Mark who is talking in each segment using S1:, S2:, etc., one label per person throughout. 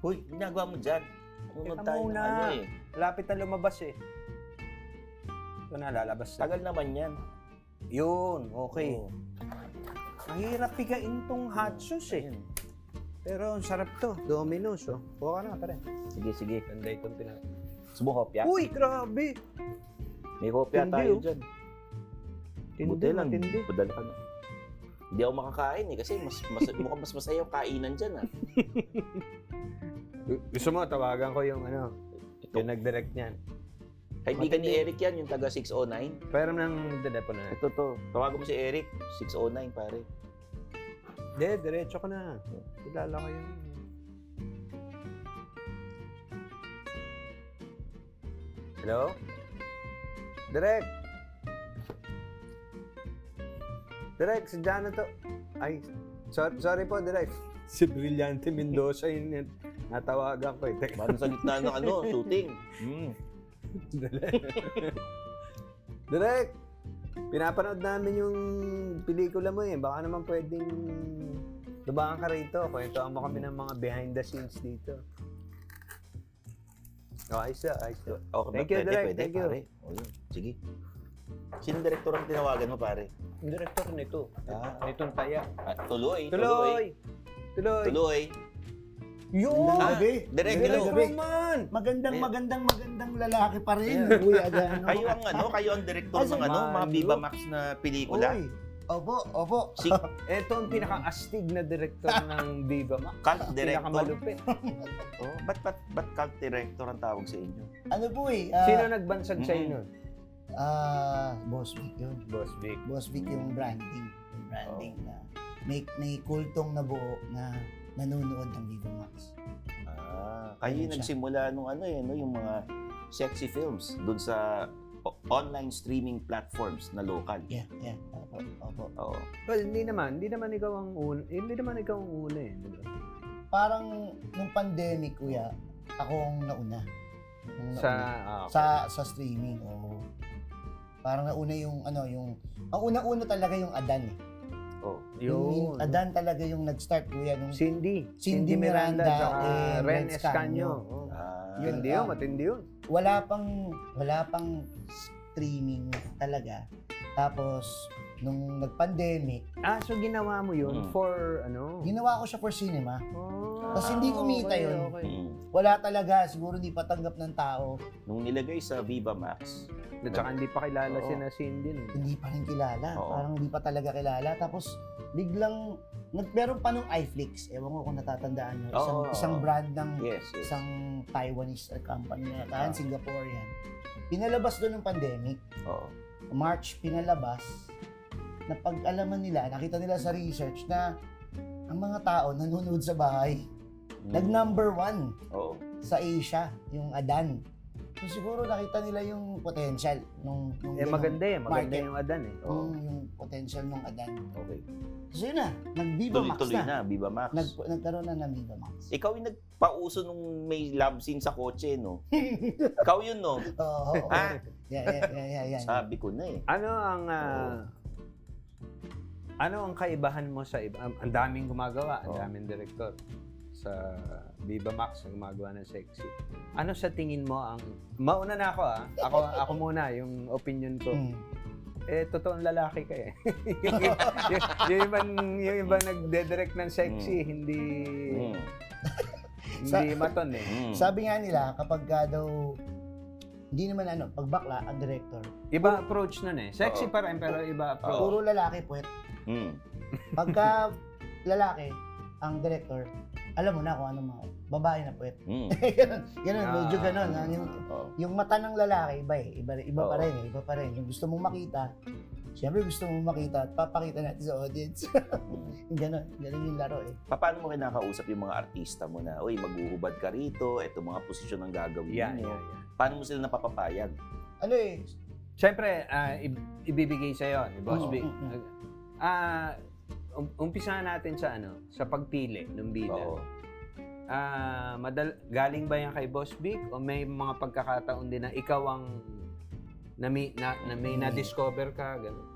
S1: Hoy, ginagawa mo dyan. Pumunod
S2: Teka
S1: tayo ng
S2: muna.
S1: ano eh.
S2: Lapit na lumabas eh. Ito na, lalabas na.
S1: Tagal naman yan.
S2: Yun, okay.
S1: Oo.
S2: Mahirap pigain tong hot sauce eh.
S1: Ayun.
S2: Pero ang sarap to. Domino's oh. Buka na, pare.
S1: Sige, sige.
S3: Ganda itong pinag...
S1: Subo kopya.
S2: Uy, grabe!
S1: May kopya
S2: Tindi,
S1: tayo
S2: oh.
S1: dyan.
S2: Tindi,
S1: Buti lang.
S2: matindi.
S1: Padala ka na. Hindi ako makakain eh kasi mas, mas, mukhang mas masaya yung kainan dyan ah.
S3: Gusto mo, tawagan ko yung ano,
S1: Ito,
S3: yung nag-direct niyan.
S1: kaibigan ni
S3: Matindi.
S1: Eric yan, yung taga 609.
S3: Pero ng telepono na.
S1: Ito to. Tawagan mo si Eric, 609 pare.
S3: Hindi, diretso ko na. Kilala ko yun. Hello? Direk! Direk, si Jana to. Ay, sorry, sorry po, Direk. Si Brillante Mendoza yun yun. Natawagan ko eh. Teka.
S1: Parang sa gitna ng ano, shooting. Mm.
S3: Direk! Pinapanood namin yung pelikula mo eh. Baka naman pwedeng dumaan ka rito. Kwentuhan mo kami ng mga behind the scenes dito. Oh, ayos na, ayos na.
S1: Okay,
S3: Thank you,
S1: pwede,
S3: Direk.
S1: pwede,
S3: Thank you.
S1: pare. O, yun. Sige. Sino direktor ang tinawagan mo, pare?
S2: Ang director nito.
S1: Ah,
S2: Nitong taya.
S1: ah, tuloy, tuloy.
S2: Tuloy! Tuloy!
S1: Tuloy.
S4: Yun!
S1: Ah, direct,
S4: Direct,
S1: hello.
S4: gabi.
S2: man!
S4: Magandang,
S1: Ayan.
S4: magandang, magandang lalaki pa rin. Kuya Adano.
S1: Kayo ang ano, kayo ang direktor
S4: Ay,
S1: ng
S4: si
S1: ano, mga
S3: Manu.
S1: Viva Max na pelikula.
S3: Uy,
S4: Opo, opo.
S1: Si
S3: eto ang pinaka-astig na director ng Viva Max.
S1: cult director.
S3: Pinakamalupit.
S1: Oh, ba't, ba't, ba't cult director ang tawag sa inyo?
S4: Ano po eh? ah,
S3: Sino nagbansag sa'yo
S1: Mm.
S3: nun?
S4: ah, Boss Vic yun.
S3: Boss Vic.
S4: Boss Vic yung branding. Yung branding na may, may kultong nabuo na nanonood ng Viva Max.
S1: Ah, kayo yung
S4: Ayun siya.
S1: nagsimula nung ano eh, no, yung mga sexy films doon sa o- online streaming platforms na local.
S4: Yeah, yeah. Opo, opo.
S1: Oo.
S3: Well, hindi naman. Hindi naman ikaw ang una. Hindi naman ikaw ang una eh. di ba?
S4: Parang nung pandemic, kuya, ako ang nauna. Ang
S3: Sa,
S4: nauna.
S3: ah, okay.
S4: sa sa streaming oo. Parang nauna yung ano yung ang una-una talaga yung Adan eh.
S1: Oh.
S4: Yung
S3: Yun.
S4: Adan talaga yung nag-start kuya nung
S3: Cindy.
S4: Cindy Miranda,
S3: tsaka
S4: and
S3: Ren
S4: Ren
S3: Escanio.
S4: Escanio.
S3: Oh.
S1: Ah,
S4: Yun.
S3: Hindi yun,
S4: ah.
S3: matindi yun.
S4: wala pang wala pang streaming talaga. Tapos nung nag-pandemic,
S3: Ah, so ginawa mo yun
S1: Mm.
S3: for ano?
S4: ginawa ko siya for cinema.
S3: Oh,
S4: Tapos hindi kumita
S3: okay,
S4: yun.
S3: okay.
S1: mm.
S4: Wala talaga, siguro hindi patanggap ng tao,
S1: Nung nilagay sa Viva Max,
S3: At saka hindi pa kilala
S1: Oo.
S3: si na Cindy. nun.
S4: hindi pa rin kilala.
S1: Oo.
S4: Parang hindi pa talaga kilala. Tapos biglang nag meron pa nung iFlix. Ewan ko kung natatandaan niyo, isang,
S1: Oo.
S4: isang brand ng
S1: yes, yes.
S4: isang Taiwanese company na tahan,
S1: Ah.
S4: Singaporean. Pinalabas doon ng pandemic.
S1: Oo.
S4: March pinalabas. Napag-alaman nila, nakita nila sa research na ang mga tao nanonood sa bahay.
S1: Mm.
S4: Nag-number one
S1: Oo.
S4: sa Asia, yung Adan. So siguro nakita nila yung potential nung, nung
S3: Eh,
S4: ganun.
S3: maganda eh. Maganda
S4: Market.
S3: yung Adan eh.
S4: Yung,
S3: Oo.
S4: yung potential nung Adan.
S1: Okay.
S4: So yun na, nag-Viva Max
S1: Tuloy-tuloy
S4: na.
S1: na, Viva Max.
S4: Nag, nagkaroon na ng Viva Max.
S1: Ikaw yung nagpauso nung may love scene sa kotse, no? Ikaw yun, no?
S4: Oo, oo, oo.
S1: Ah.
S4: Yeah, yeah, yeah, yeah, yeah.
S1: Sabi ko na eh.
S3: Ano ang... ah, ano ang kaibahan mo sa iba? Ang, ang daming gumagawa, ang
S1: Oo.
S3: daming director sa Viva Max ang gumagawa ng sexy. Ano sa tingin mo ang... Mauna na ako ah. Ako, ako muna, yung opinion ko.
S1: Hmm.
S4: Mm.
S3: eh, totoong lalaki ka eh. yung, yung, yung, ibang, yung ibang nagdedirect ng sexy,
S1: Hmm.
S3: hindi,
S1: Mm.
S3: hindi maton eh.
S1: Mm.
S4: Sabi nga nila, kapag ka daw, hindi naman ano, pag bakla, ang director,
S3: Iba approach nun eh. Sexy
S1: Oo.
S3: pa rin, pero iba approach.
S4: puro lalaki puwet.
S1: Mm.
S4: Pagka lalaki, ang director, alam mo na kung ano mga, babae na puwet.
S1: Mm.
S4: ganun, ganun, medyo
S3: Ah.
S4: ganun. ah, Yung,
S1: Oo.
S4: yung mata ng lalaki, iba eh. Iba, iba pa
S1: Oo.
S4: rin eh, iba pa rin. Yung gusto mong makita, siyempre gusto mong makita at papakita natin sa audience.
S1: Mm.
S4: ganun, ganun yung laro eh.
S1: Pa- Paano mo kinakausap yung mga artista mo na, uy, maghuhubad ka rito, eto mga posisyon ang gagawin
S3: Yeah,
S1: ninyo.
S3: yeah, yeah.
S1: Paano mo sila napapapayag?
S4: Ano eh,
S3: Siyempre, ah, i- ibibigay sa'yo ni Boss
S1: Oo.
S3: Vic.
S4: Mm-mm.
S3: Ah, um- umpisahan natin sa ano, sa pagpili ng bida.
S1: Oo.
S3: Ah, madal- galing ba yan kay Boss Big o may mga pagkakataon din na ikaw ang na may, na, na may
S1: Hmm.
S4: Mm.
S3: na-discover ka, gano'n.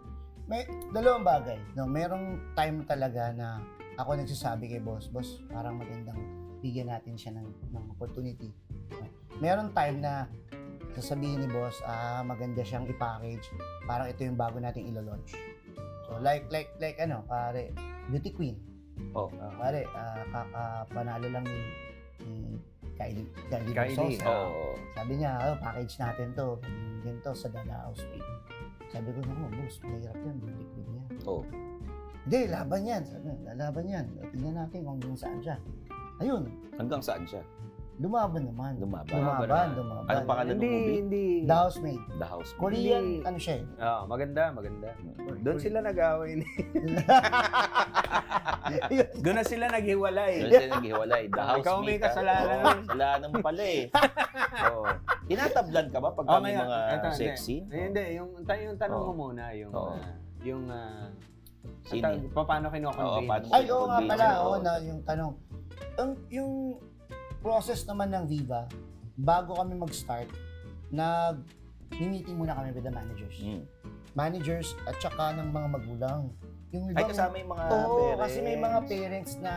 S4: May dalawang bagay. No, merong time talaga na ako nagsasabi kay boss, boss, parang magandang bigyan natin siya ng, ng opportunity. Meron time na sasabihin ni boss, ah, maganda siyang i-package. Parang ito yung bago nating ilo-launch. So, like, like, like, ano, pare, Beauty Queen.
S2: Oh.
S4: Ah, pare, ah, kakapanalo lang ni, ni Kylie, Kylie,
S2: Kylie.
S4: Minogue.
S2: Oo.
S4: Sabi niya, oh, package natin to. Ganito sa Dada House Pay. Sabi ko, no, boss, mahirap yan. Butik din yan.
S2: Oo.
S4: Hindi, laban yan. Sabi, niya, laban yan. Tingnan natin kung hanggang saan siya. Ayun,
S1: Hanggang saan siya?
S4: lumaban naman.
S1: Lumaban. ah. Ano
S4: Lumaban, lumaban.
S1: Anong pangalan ng
S3: Hindi,
S1: movie?
S3: hindi.
S4: The Housemaid.
S1: The House. Hmm.
S4: Korean,
S3: Hindi.
S4: ano siya eh.
S2: Ah, maganda, maganda.
S3: Doon sila nag-away. ni- Doon na sila
S1: Doon
S3: naghiwalay.
S1: siya naghiwalay. The House
S3: Ikaw may
S1: mate, ah.
S3: kasalanan.
S1: Oo, Kasalanan mo pala eh. Oo. Tinatablan ka ba pag
S3: Oh,
S1: kami
S3: ngayon.
S1: mga
S3: Ito,
S1: sex
S3: hindi.
S1: scene?
S3: Eh, Hindi, yung, ta- yung tanong
S1: Oo.
S3: mo muna, yung,
S1: Oo.
S3: ah, yung, ah,
S1: Sino?
S3: ang tawag- pa- paano
S1: Oo, paano
S3: kinoconvince?
S1: mo-
S4: Ay, oo nga pala.
S1: Convention,
S4: Oo,
S1: oo.
S4: na yung tanong. Ang, yung process naman ng Viva, bago kami mag-start, nag meeting muna kami with the managers.
S1: Mm.
S4: Managers at saka ng mga magulang. Yung
S1: Ay,
S4: ibang-
S1: kasama yung
S3: Ah,
S1: mga
S4: Oo,
S1: parents.
S4: kasi may mga parents na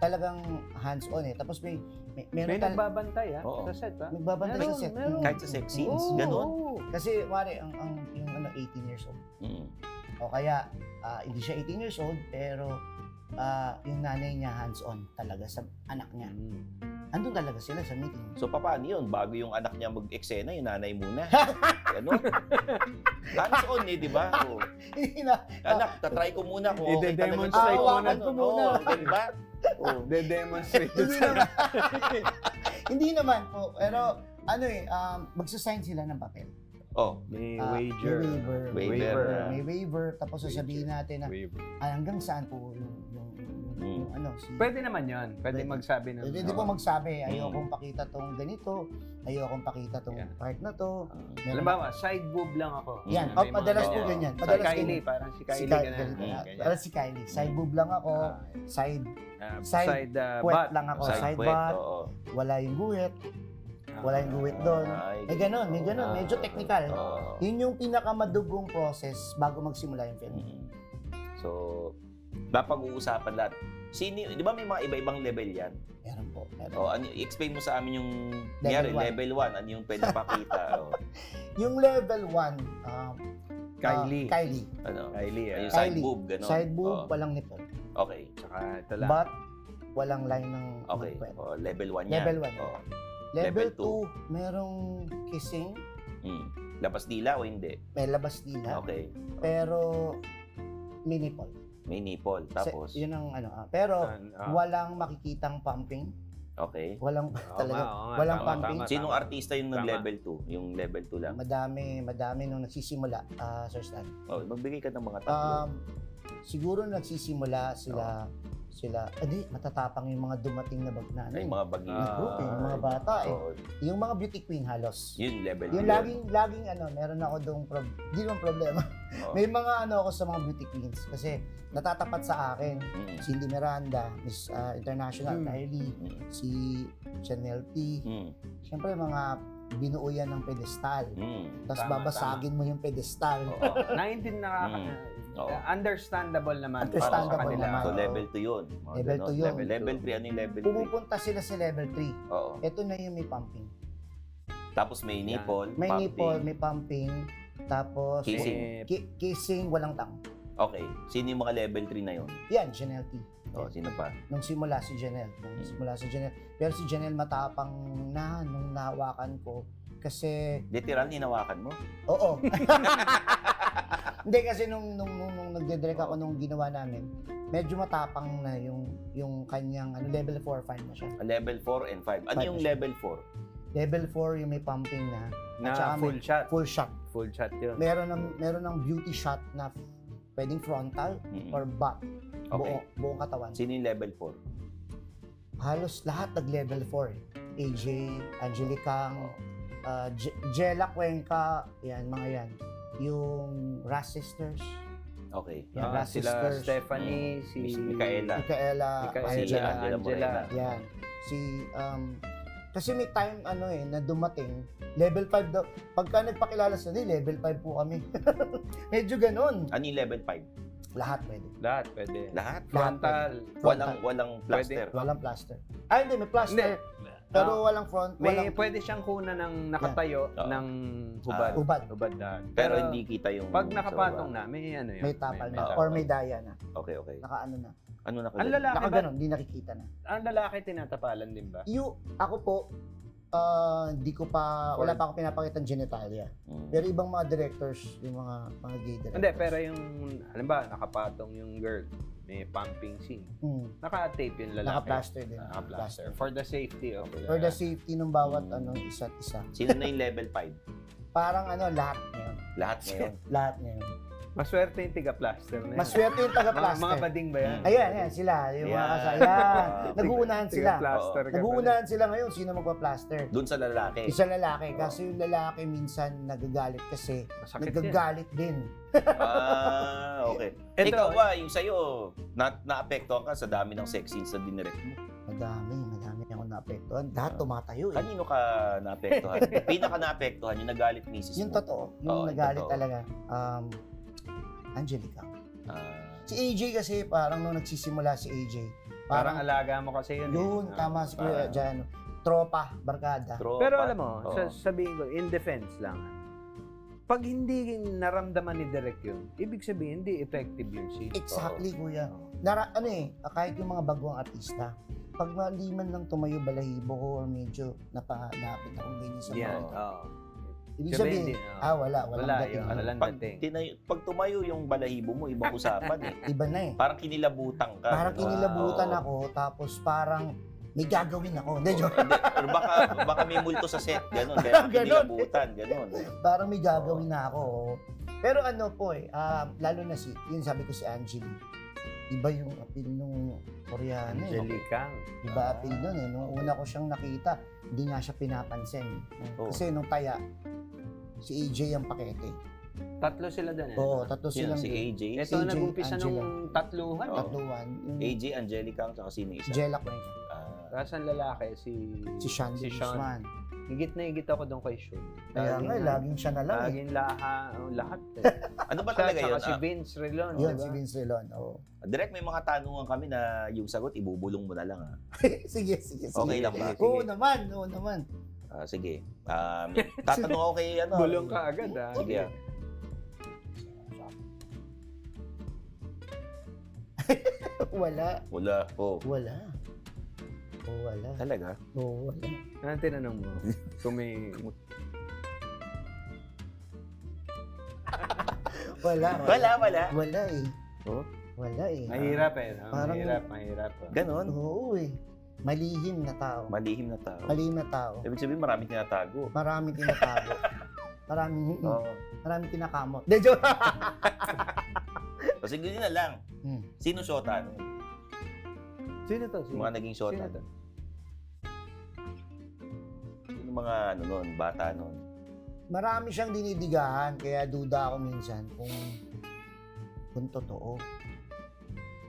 S4: talagang hands-on eh. Tapos may, may meron
S3: May
S4: ano tal-
S3: nagbabantay, ah,
S1: Oo.
S3: sa set, ah.
S4: nagbabantay sa
S3: Meron,
S4: set.
S3: meron.
S4: Mm.
S1: Kahit sa sex scenes,
S4: Oo.
S1: ganun.
S4: Kasi wari, ang, ang yung ano, 18 years old.
S1: Mm.
S4: O kaya, ah, hindi siya 18 years old, pero ah, yung nanay niya hands-on talaga sa anak niya. Andun talaga sila sa meeting.
S1: So, paano yun? Bago yung anak niya mag-eksena, yung nanay muna. Ganun. Hands on eh, di ba? Oo. Anak, tatry ko muna kung okay talaga. Oh,
S3: I-demonstrate
S1: Oo,
S3: mo na
S1: ganun.
S3: to muna.
S1: Oo, di ba? Oo.
S3: oh, De-demonstrate
S4: hindi naman. hindi naman po. Pero ano eh, um, magsasign sila ng papel.
S1: Oh,
S3: May
S4: Ah, may
S3: wager.
S4: waiver.
S1: Waiver.
S3: ah.
S4: May waiver, tapos sasabihin natin na
S3: Waiver.
S4: ah, hanggang saan po yung, yung, yung,
S3: Hmm.
S4: yung- yung ano, si...
S3: Pwede naman yun. Pwede
S4: Pwede.
S3: magsabi ng...
S4: Hindi po magsabi, ayokong pakita tong ganito, ayokong pakita tong
S3: Mm. Yeah.
S4: part na to. Meron- Oh,
S3: Halimbawa, side boob lang ako.
S1: Yan.
S3: May mga
S4: Madalas
S1: po
S4: ganyan.
S3: Sa
S4: Madalas
S3: Kylie,
S4: ganyan.
S3: parang si
S4: si
S3: Kylie
S4: Kylie,
S3: ganun. Mm,
S4: ganito na.
S3: Ganyan.
S4: Parang si Kylie. Side boob lang ako,
S3: Ah,
S4: side
S3: ah,
S4: side
S3: side ah,
S4: puwet
S3: butt.
S4: lang Oh, ako, side,
S1: side
S4: butt,
S1: butt. Oo.
S4: wala yung guhit, wala yung guhit doon.
S1: Ay,
S4: Eh ganun, may ganun,
S1: Ah,
S4: medyo technical.
S1: oo.
S3: Oh.
S4: Yun yung pinakamadugong process bago magsimula yung film.
S1: Mm. So, napag-uusapan lahat. Sino, di ba may mga iba-ibang level yan?
S4: Meron po. Meron.
S3: Oh,
S1: O,
S3: ah.
S1: ano, explain mo sa amin yung
S4: Level
S1: level
S4: one.
S1: level 1, ano yung pwede oh, pakita. o,
S4: Yung level 1, um,
S3: Kylie. Oh.
S4: ah, Kylie.
S1: ano,
S3: Kylie, ah.
S1: yung side
S4: Kylie.
S1: boob, ganun.
S4: Side boob,
S1: O,
S4: walang nipple.
S1: okay.
S3: Tsaka ito lang.
S4: But, walang line ng
S1: Okay.
S4: ng puwet.
S3: Oh,
S1: O, level 1 yan. Oh,
S4: Level one.
S1: O,
S4: Level
S1: Level
S4: 2, merong kissing,
S1: mm. Labas dila o hindi?
S4: may labas nila,
S1: Okay.
S4: pero may nipple.
S1: May nipple.
S4: Sa-
S1: Tapos,
S4: yun ang ano. ah. pero,
S3: Ah,
S4: walang makikitang pumping.
S1: okay.
S4: Walang
S3: oo
S4: talaga.
S3: nga, oo nga,
S4: walang
S3: tama,
S4: pumping.
S3: tama,
S1: Sinong
S3: tama.
S1: artista yung
S3: Tama.
S1: nag-level 2? Yung level 2 lang.
S4: Madami, madami nung nagsisimula, ah, Sir Stan.
S1: O, Oh, magbigay ka ng mga tatlo.
S4: Um, siguro nagsisimula sila, sila, hindi, matatapang yung mga dumating na bag na ano.
S1: Ay,
S4: eh.
S1: mga Ah, oh. bagi.
S4: Yung group, eh, yung mga bata eh.
S1: Oo.
S4: Yung mga beauty queen halos.
S1: Yun, level 2.
S4: Yung laging, laging ano, meron ako doong prob- di naman problema.
S1: Oo.
S4: May mga ano ako sa mga beauty queens kasi natatapat sa akin. Cindy Miranda, Miss ah, International,
S3: Hmm.
S4: Kylie, si Chanel P.
S1: Mm.
S4: Siyempre mga binuo yan ng pedestal.
S1: Mm.
S4: Tapos
S3: Tama,
S4: babasagin mo yung pedestal.
S1: Oo.
S3: Naiintin na
S1: Mm. Oo.
S3: understandable naman para sa
S4: Understandable
S3: kanila.
S4: naman.
S1: So level 2 yun. Mga
S4: Level
S1: ganon.
S4: two yun.
S1: Level, level 3, ano yung level 3?
S4: Pumupunta sila sa level 3.
S1: Oo.
S4: Ito na yung may pumping.
S1: Tapos may nipple,
S4: May
S1: pumping.
S4: nipple, may pumping. Tapos
S1: Kissing.
S3: Eh,
S4: ki- kissing, walang tang.
S1: Okay. Sino yung mga level 3 na yun?
S4: Yan, Chanel P.
S1: O, sino pa?
S4: Nung simula si Janelle.
S1: Mm.
S4: Nung simula si Janelle. Pero si Janelle matapang na nung nahawakan ko. Kasi
S1: Literal,
S3: Mm.
S1: hinawakan mo?
S4: Oo. Hindi kasi nung nung nung, nung nagdedirect ako nung ginawa namin, medyo matapang na yung yung kanyang ano, level 4 5 na siya.
S1: Ah, Level 4 and 5. Ano
S4: Five
S1: yung
S4: na siya.
S1: level
S4: Level 4 yung may pumping na At saka
S3: na
S4: may-
S3: full shot.
S4: full shot.
S3: Full shot yun.
S4: Meron ng meron ng beauty shot na pwedeng frontal
S1: 4? Mm.
S4: or back,
S1: Okay.
S4: buong buong katawan.
S1: Sino yung level 4?
S4: Halos lahat nag level 4. eh. AJ,
S3: Ah.
S4: Angelica,
S1: Oo.
S4: uh, J- Jella Cuenca, yan mga yan. Yung Ras Sisters,
S1: Okay.
S4: Yeah,
S3: Ah,
S4: Ras
S3: sila
S4: Sisters.
S3: Stephanie, si
S1: Mm. Miss Micaela.
S4: Micaela,
S3: Micaela,
S1: Si
S4: Angela,
S1: Angela
S3: Angela.
S1: Morena.
S4: Yan. Si, um, kasi may time, ano eh, na dumating, level 5 daw. Pagka nagpakilala sa hindi, level 5 po kami. Medyo ganun.
S1: Ano yung level 5?
S4: Lahat pwede.
S3: Lahat pwede.
S1: Lahat?
S4: Lahat
S3: Frontal.
S1: Walang, walang plaster.
S4: Walang plaster. Ah, hindi,
S3: Hindi. Ah,
S4: may plaster. Pero walang front,
S3: May
S4: walang
S3: pwede siyang kuna ng nakatayo
S1: Oo. Ah.
S3: ng hubad.
S4: ubad.
S3: hubad na.
S1: Pero hindi kita yung...
S3: Pag
S1: sa
S3: nakapatong
S1: baba.
S3: na, may ano yun.
S4: May tapal
S1: may
S4: na.
S1: tapal.
S4: Or may daya na.
S1: Okay, okay.
S4: Naka ano na.
S1: Ano na
S3: Ang lalaki
S4: Naka
S3: ba?
S4: ganun, di nakikita na.
S3: Ang lalaki tinatapalan din ba?
S4: You, ako po, ah, hindi ko pa, wala pa ako pinapakita ng genitalia.
S1: Mm.
S4: Pero ibang mga directors, yung mga mga gay directors.
S3: Hindi, pero yung, alam ba, nakapatong yung girl, may pumping scene.
S4: Mm,
S3: Naka-tape yung lalaki.
S4: naka-plaster din.
S3: Naka-plaster. For the safety oh, of
S4: For the safety ng bawat
S1: Mm.
S4: ano isa't isa.
S1: Sino na yung level 5?
S4: Parang ano, lahat ngayon.
S1: Lahat ngayon.
S4: Lahat ngayon.
S3: Maswerte yung tiga-plaster na yun.
S4: Maswerte
S3: Mga,
S4: yung
S3: mga
S4: taga-plaster.
S3: bading ba yan?
S4: Ayan, ayan, sila. Yung mga
S1: Yan.
S4: kasaya. Yan.
S1: Ah,
S4: Nag-uunahan sila.
S3: Tiga-plaster ka pala.
S4: Nag-uunahan sila ngayon, sino magpa-plaster.
S1: Doon sa lalaki.
S4: Isa lalaki. Kasi yung lalaki minsan nagagalit kasi
S3: Masakit yan.
S4: nagagalit din.
S1: ah, okay.
S3: Ito,
S1: Ikaw ba, yung sa'yo, na naapektuhan ka sa dami ng sex scenes na dinirect mo?
S4: Madami, madami akong naapektuhan. Lahat tumatayo eh.
S1: Kanino ka naapektuhan? Pinaka naapektuhan, yung nagalit misis
S4: Yung
S1: mo.
S4: totoo,
S1: Oo,
S4: yung
S1: yung
S4: nagalit
S1: totoo.
S4: talaga. Um, Angelica.
S1: Ah,
S4: Si AJ kasi parang nung nagsisimula si AJ,
S3: parang
S4: parang,
S3: alaga mo kasi yun. eh.
S4: yun,
S3: Ah,
S4: tama Oh, si Kuya
S1: parang-
S4: Jano. Tropa, barkada.
S1: tropa.
S3: Pero alam mo,
S1: Oo.
S3: sa- sabihin ko, in defense lang, pag hindi naramdaman ni Derek yun, ibig sabihin, hindi effective yung scene.
S4: Exactly, Kuya.
S3: Oo.
S4: Nara, ano eh, kahit yung mga bagong artista, pag maliman lang tumayo balahibo ko or medyo napahanapit ako ganyan sa
S3: Yan.
S4: mga.
S3: oo.
S4: Ibig
S3: Sabihin,
S4: sabihin,
S3: hindi, oo.
S4: ah, wala, walang
S3: Wala,
S4: dating.
S3: yun. Walang
S1: pag,
S3: dating.
S1: tinayo- pag tumayo yung balahibo mo, ibang usapan eh.
S4: Iba na eh.
S1: Parang kinilabutan ka.
S4: Parang
S1: Wow.
S4: kinilabutan ako, tapos parang may gagawin ako. Hindi, joke.
S1: Hindi, Pero baka, baka may multo sa set, gano'n. Kaya
S4: Parang ganun.
S1: kinilabutan, gano'n.
S4: parang may gagawin na ako. oo. Pero ano po eh, ah, lalo na si, yun sabi ko si Angeli, iba yung appeal nung Koreano. eh.
S3: Angelica.
S4: Iba appeal nun eh. Nung una ko siyang nakita, hindi nga siya pinapansin.
S1: Oo.
S4: Kasi nung taya, si AJ ang pakete.
S3: Tatlo sila doon eh.
S4: Oo, tatlo
S1: Yan,
S4: silang
S1: si
S4: gay.
S1: AJ.
S3: Ito
S4: AJ,
S3: nag-umpisa
S4: Angela.
S3: nung tatluhan.
S1: Oo.
S3: Oh.
S4: Tatluan. Yung
S1: AJ, Angelica, at saka sino isa?
S4: Jella Cuenca.
S1: Ah,
S3: Tapos ang lalaki, si...
S4: Si
S3: si
S4: Shandy
S3: Sean.
S4: Guzman.
S3: Higit na higit ako doon kay Sean.
S4: Kaya nga, laging siya na lang eh.
S3: Laging laha, oh, lahat. Eh.
S1: ano ba
S3: Siya,
S1: talaga
S3: tsaka
S1: yun?
S3: si Vince Relon.
S4: ah. Yun,
S3: diba?
S4: si Vince Relon. oo.
S1: Ah, direct may mga tanungan kami na yung sagot, ibubulong mo na lang. ah.
S4: sige, sige, sige.
S1: Okay lang ba?
S3: Sige.
S4: Oo naman, oo naman.
S1: Ah, sige. Um, tatanong ako kay ano.
S3: Bulong ka agad ah.
S1: Sige. ah.
S4: Wala.
S1: Wala. Oh.
S4: Wala. Oh, wala.
S1: Talaga?
S4: Oh, wala.
S3: Anong tinanong mo? Kung may...
S4: Wala.
S1: Wala, wala.
S4: Wala eh.
S1: Oh?
S4: Wala eh.
S3: Mahirap eh. no?
S4: Parang-
S3: Mahirap, mahirap. ah.
S1: Ganon.
S4: Oo eh. Malihim na tao.
S1: Malihim na tao.
S4: Malihim na tao.
S1: Ibig sabihin, maraming tinatago.
S4: Maraming tinatago. mm, Maraming,
S3: Oh.
S1: Oo.
S4: maraming kinakamot. De, joke.
S1: O sige na lang.
S4: Hmm.
S1: Sino shotan?
S3: Sino to? Sino?
S1: Yung mga naging
S3: Sino
S1: shotan.
S3: to?
S1: Yung mga ano noon, bata noon.
S4: Marami siyang dinidigahan, kaya duda ako minsan kung kung totoo.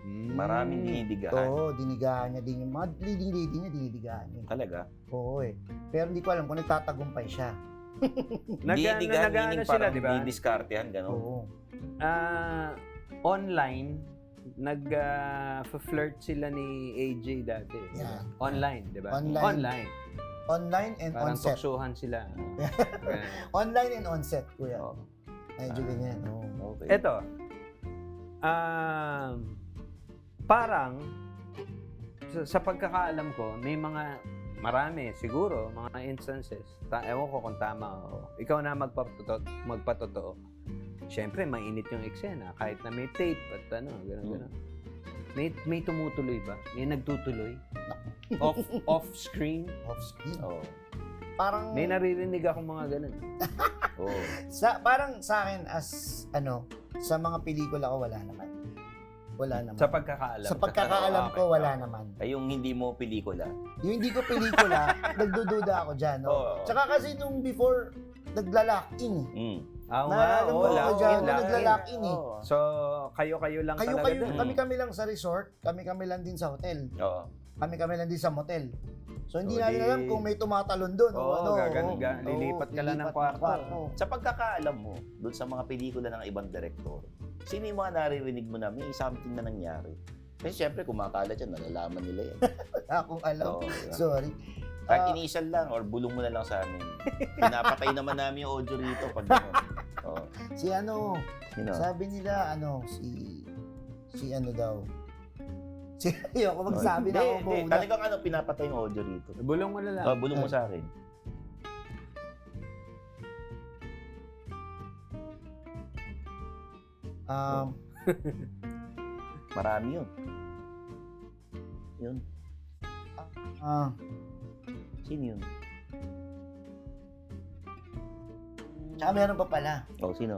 S3: Hmm.
S1: Maraming dinidigahan.
S4: Oo, dinigahan niya din yung mga leading lady niya, dinidigahan niya.
S1: Talaga.
S4: Oo eh. Pero hindi ko alam kung nagtatagumpay siya.
S3: Nag-
S1: Dinidigahan
S3: nag- ano
S1: meaning
S3: sila,
S1: parang
S3: di ba?
S1: didiskartehan, gano'n.
S4: Oo.
S3: Ah, online, nag-flirt sila ni AJ dati.
S4: Yeah.
S3: Online, di ba?
S4: Online.
S3: Online.
S4: Online and
S3: Parang
S4: onset.
S3: tuksuhan sila. Ayan.
S4: Online and onset, kuya.
S3: Oo.
S4: Medyo
S3: Oh. Ah.
S4: ganyan. oo.
S1: Okay.
S3: Eto, um, parang, sa, sa pagkakaalam ko, may mga, marami siguro, mga instances, ta, ewan ko kung tama o ikaw na magpatotoo, magpatotoo. Siyempre, mainit yung eksena, kahit na may tape at ano, gano'n,
S1: Mm.
S3: gano'n.
S4: Hmm.
S3: May, may tumutuloy ba? May nagtutuloy? off, off screen?
S4: Off screen.
S1: Oo.
S4: Parang
S3: Oh. May naririnig akong mga gano'n.
S1: Oo.
S4: sa parang sa akin as ano, sa mga pelikula ko wala naman. Wala naman.
S3: Sa pagkakaalam. Ah,
S4: Sa pagkakaalam ko wala naman.
S1: Ay, yung hindi mo pelikula.
S4: Yung hindi ko pelikula, nagdududa ako diyan, no.
S1: Oo.
S4: Tsaka kasi nung before naglalak in. eh.
S1: Mm.
S3: Ah,
S4: Naalala
S3: oo,
S4: mo ako
S3: lock-in,
S4: dyan,
S3: lock-in.
S4: naglalak in eh.
S3: Oo. So, kayo-kayo lang
S4: Kayo
S3: talaga
S4: kayo,
S3: dun.
S4: kami-kami lang sa resort, kami-kami lang din sa hotel,
S1: Oo.
S4: kami-kami lang din sa motel. So hindi
S3: So,
S4: natin
S3: di-
S4: alam kung may tumatalon doon
S3: Oo,
S4: o ano.
S3: gagan-
S4: oo.
S3: ga- lilipat ka lang ng
S4: lilipat
S3: kwarto.
S1: Sa pagkakaalam mo, doon sa mga pelikula ng ibang direktor, sino yung mga naririnig mo na may something na nangyari? Kasi siyempre, kumakala dyan, nalalaman nila yan.
S4: Akong alam.
S1: Oo, diba?
S4: Sorry.
S1: Kahit
S4: Ah.
S1: iniisal lang or bulong mo na lang sa amin. Pinapatay naman namin yung audio rito pag Oh, gano'n. Oo.
S4: Si ano,
S1: Sino?
S4: sabi nila, ano, si, si ano daw. Si, ayoko magsabi na ako
S1: Oh,
S4: Ah,
S1: Hindi,
S4: muna.
S1: talagang ano, pinapatay yung audio rito.
S3: eh. Bulong mo na lang.
S1: Oh, bulong mo sa akin.
S4: Um,
S1: Marami yun. Yun.
S4: ah,
S1: Sino yun?
S4: tsaka meron pa pala.
S1: Oh, sino?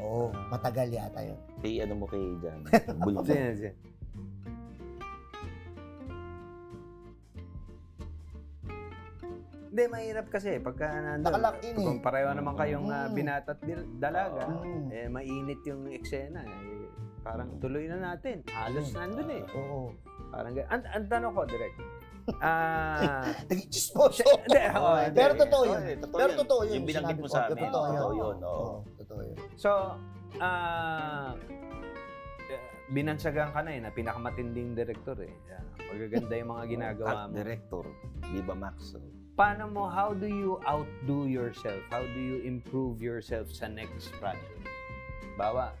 S4: Oo, matagal yata yun.
S1: Kay ano mo kay Jan. Bulong mo.
S3: Sino, sino? Hindi, mahirap kasi. Pagka nandun,
S4: Nakalock in eh.
S3: kung pareho naman kayong ah,
S4: Mm.
S3: binata at dil- dalaga,
S4: Mm.
S3: eh, mainit yung eksena. Eh, parang tuloy na natin. Halos
S4: Mm.
S3: nandun eh.
S4: Oo.
S3: Parang ganyan. Ang, ang tanong ko, direct. Ah,
S4: Nag-chismoso.
S3: siya- hindi, oo,
S1: Oo,
S3: hindi.
S4: oh, Pero totoo yun.
S1: eh, Oh, totoo
S4: Pero
S1: yun.
S4: totoo yun.
S1: Yung binanggit
S4: sinabi
S1: mo
S4: ko.
S1: sa amin.
S4: Totoo yun. Oh.
S1: Totoo yun, oo.
S4: Oo, Totoo yun.
S3: So, ah eh, binansagan ka na eh, na pinakamatinding director eh. Yeah. Magaganda yung mga ginagawa
S1: Art
S3: mo.
S1: director. Viva Max. oh.
S3: Paano mo, how do you outdo yourself? How do you improve yourself sa next project? Bawa,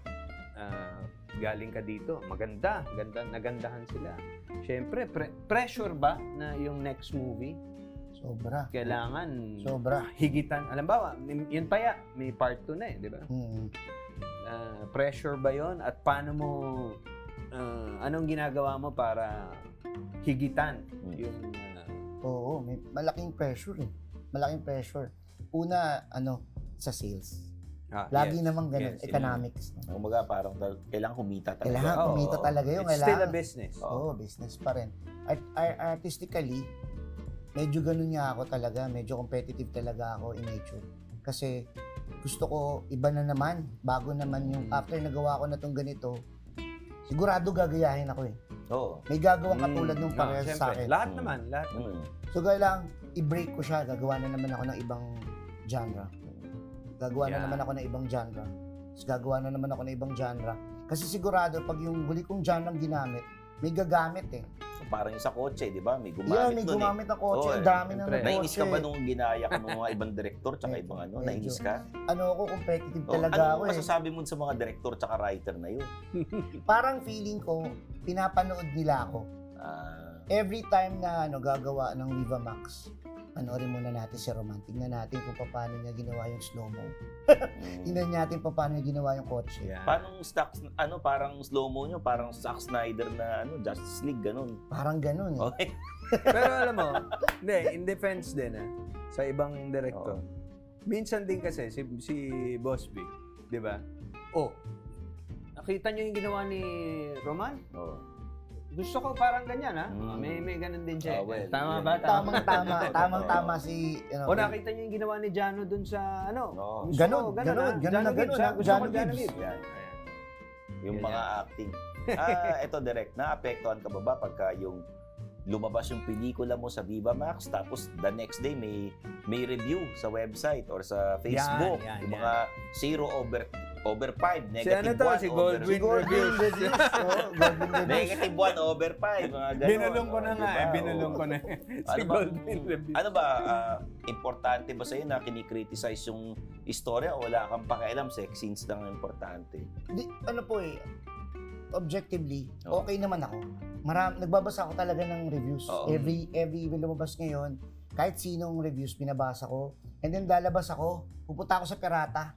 S3: ah, galing ka dito, maganda, ganda, nagandahan sila. Siyempre, pre- pressure ba na yung next movie?
S4: Sobra.
S3: Kailangan
S4: Sobra.
S3: higitan. Alam ba, yun pa ya, may part 2 na eh, di ba?
S4: Mm.
S3: Ah, pressure ba yon at paano mo ah, anong ginagawa mo para higitan
S1: Mm.
S3: yung ah,
S4: Oo, may malaking pressure eh. Malaking pressure. Una, ano, sa sales.
S3: ah,
S4: Lagi
S3: yes.
S4: namang ganun,
S3: Yes, yun.
S4: economics. no?
S1: Kumbaga parang tal- kailangan humita talaga.
S4: Kailangan
S3: Oo,
S4: kumita
S1: oo.
S4: talaga yun.
S3: it's still a
S4: Kailangan.
S3: business
S4: Oo, business pa rin. Art, ar- artistically, medyo ganun nga ako talaga. Medyo competitive talaga ako in nature. Kasi gusto ko iba na naman. Bago naman yung
S3: Mm.
S4: after nagawa ko na tong ganito, sigurado gagayahin ako eh.
S1: Oo.
S4: May gagawang
S1: Hmm.
S3: Mm,
S4: katulad nung
S3: ah,
S4: parehas sa
S3: syempre.
S4: akin.
S3: lahat
S1: Mm.
S3: naman lahat
S1: Mm.
S4: So kailangan i-break ko siya, gagawa na naman ako ng ibang genre. Gagawa
S3: Yeah.
S4: na naman ako ng ibang genre. Tapos gagawa na naman ako ng ibang genre. Kasi sigurado pag yung huli kong genre ang ginamit, may gagamit eh.
S1: So, parang yung sa kotse, di ba? May gumamit
S4: yeah, may
S1: nun eh.
S4: gumamit ng kotse,
S1: Oo,
S4: ang dami na
S3: syempre.
S4: ng
S1: Nainis ka
S4: kotse.
S1: ba nung ginaya ko ng mga ibang director tsaka
S4: Medyo,
S1: ibang ano?
S4: medyo.
S1: Nainis ka?
S4: Ano ako, competitive
S1: Oh,
S4: talaga
S1: ano
S4: ako
S1: mo
S4: eh.
S1: masasabi mo sa mga director tsaka writer na yun?
S4: Parang feeling ko, pinapanood nila ako.
S1: Ah,
S4: Every time na ano, gagawa ng Viva Max, panoorin muna natin si Roman. Tingnan natin kung paano niya ginawa yung slow-mo.
S1: mm.
S4: Tingnan natin kung paano niya ginawa yung kotse.
S3: yeah.
S1: Paano stocks, ano, parang slow-mo nyo, parang Zack Snyder na ano, Justice League, ganun.
S4: Parang ganun eh.
S1: Okay.
S3: pero alam mo hindi in defense din ah, sa ibang
S1: Oo.
S3: director minsan din kasi si si Boss Big di ba oh nakita niyo yung ginawa ni Roman
S1: Oo.
S3: gusto ko parang ganyan ha
S1: Mm.
S3: may may ganun din
S1: Ah,
S3: siya
S1: well,
S3: tama
S1: yun.
S3: ba
S4: tamang tama, tamang tama si ano.
S3: O nakita niyo yung ginawa ni Jano dun sa ano?
S1: Oo.
S3: Gusto
S4: Ganon,
S3: ko, ah.
S4: ganon, ganon na
S3: Jano Gibbs,
S4: ganon,
S3: ah.
S4: ah.
S3: Gusto
S4: Jano
S3: ko Jano
S4: Gibbs.
S3: Gibbs.
S1: Yan. Yung
S3: Ganyan.
S1: mga acting. Ah, eto direct, naapektuhan ka ba ba pagka yung lumabas yung pelikula mo sa Viva Max tapos the next day may may review sa website or sa Facebook
S3: Yan, yan,
S1: yung mga 0 over over 5
S3: Si
S1: negative
S3: ano to?
S1: 1
S3: Si
S1: over
S3: Goldwyn Reviews.
S4: Oo, Godwin Reviews.
S1: negative 1 over 5 mga ganun
S3: Binulong ko
S1: Oh,
S3: na
S1: di
S3: nga
S1: ba?
S3: eh.
S4: Diba?
S3: Binulong
S1: Oh.
S3: ko na eh. Si
S1: Ano ba?
S3: Goldwyn Reviews.
S1: Ano ba, ah, importante ba sa'yo na kinikriticize yung istorya o wala kang pakialam, sex scenes lang ang importante?
S4: Di, ano po eh, objectively,
S1: Oo.
S4: okay naman ako. Maram, nagbabasa ako talaga ng reviews.
S1: Oo.
S4: Every every may lumabas ngayon, kahit sinong reviews binabasa ko. And then lalabas ako, pupunta ako sa pirata.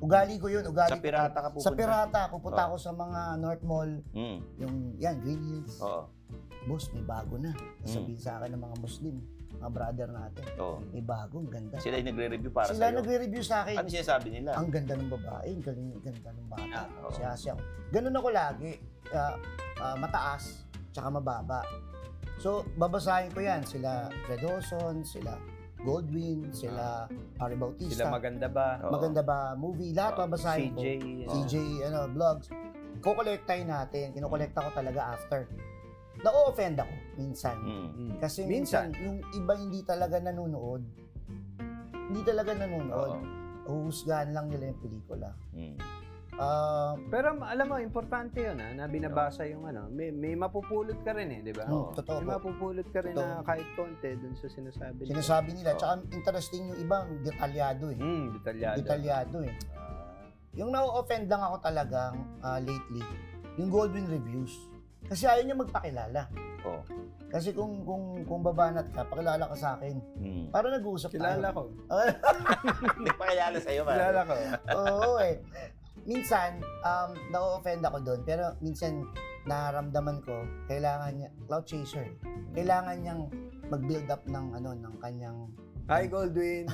S4: Ugali ko 'yun, ugali.
S1: Sa
S4: ko.
S1: pirata ka pupunta?
S4: Sa pirata, pupunta
S1: Oo.
S4: ako sa mga North Mall,
S1: Mm,
S4: yung yan, Green Hills.
S1: oo, Mm.
S4: Boss, may bago na. Sabihin sa akin ng mga Muslim, mga brother natin.
S1: oo.
S4: May bago, ang ganda.
S1: Sila yung nagre-review para
S4: Sila
S1: sa'yo.
S4: nagre-review sa akin.
S1: Ano sinasabi nila?
S4: ang ganda ng babae, ang galing, ang ganda ng bata.
S1: Ah, oo.
S4: Siya, siya. Ganun ako lagi. Ah, ah, mataas, tsaka mababa. So, babasahin ko yan. Sila Fred Olson, sila Goldwyn, sila Harry
S3: Sila
S4: Bautista.
S3: maganda ba?
S1: Ah. Oo.
S4: Maganda ba movie? Lahat
S1: Oo.
S4: babasahin
S3: CJ.
S4: ko. CJ, ano, vlogs. Kukolektahin natin. Kinokolekta ko talaga after. Na-offend ako minsan.
S1: Mm.
S3: Mm.
S4: Kasi
S3: Minsan.
S4: minsan, yung iba hindi talaga nanonood. Hindi talaga nanonood.
S1: Oo.
S4: Huhusgahan lang nila yung pelikula.
S1: Mm.
S4: Ah,
S3: Pero ma- alam mo, importante yun ha, na binabasa yung ano. May, may mapupulot ka rin eh, di ba?
S4: Hmm, totoo
S3: May
S4: po.
S3: mapupulot ka rin na
S4: Totoo.
S3: kahit konti dun sa sinasabi nila.
S4: sinasabi nila.
S3: Oo.
S4: Tsaka interesting yung ibang detalyado eh.
S3: Hmm, detalyado. Ah.
S4: Detalyado eh. Yung na-offend lang ako talagang ah, lately, yung Goldwyn Reviews. Kasi ayaw niya magpakilala.
S1: Oo.
S4: Kasi kung kung kung babanat ka, pakilala ka sa akin.
S1: Hmm.
S4: Para nag-uusap
S3: Kilala
S4: tayo.
S3: ko.
S1: Hindi pakilala sa'yo, man.
S3: Kilala ko.
S4: Oo eh. Minsan, um, na-offend ako doon. Pero minsan, nararamdaman ko, kailangan niya, cloud chaser.
S3: Hmm.
S4: Kailangan niyang mag-build up ng ano, ng kanyang...
S3: Hi, Goldwyn.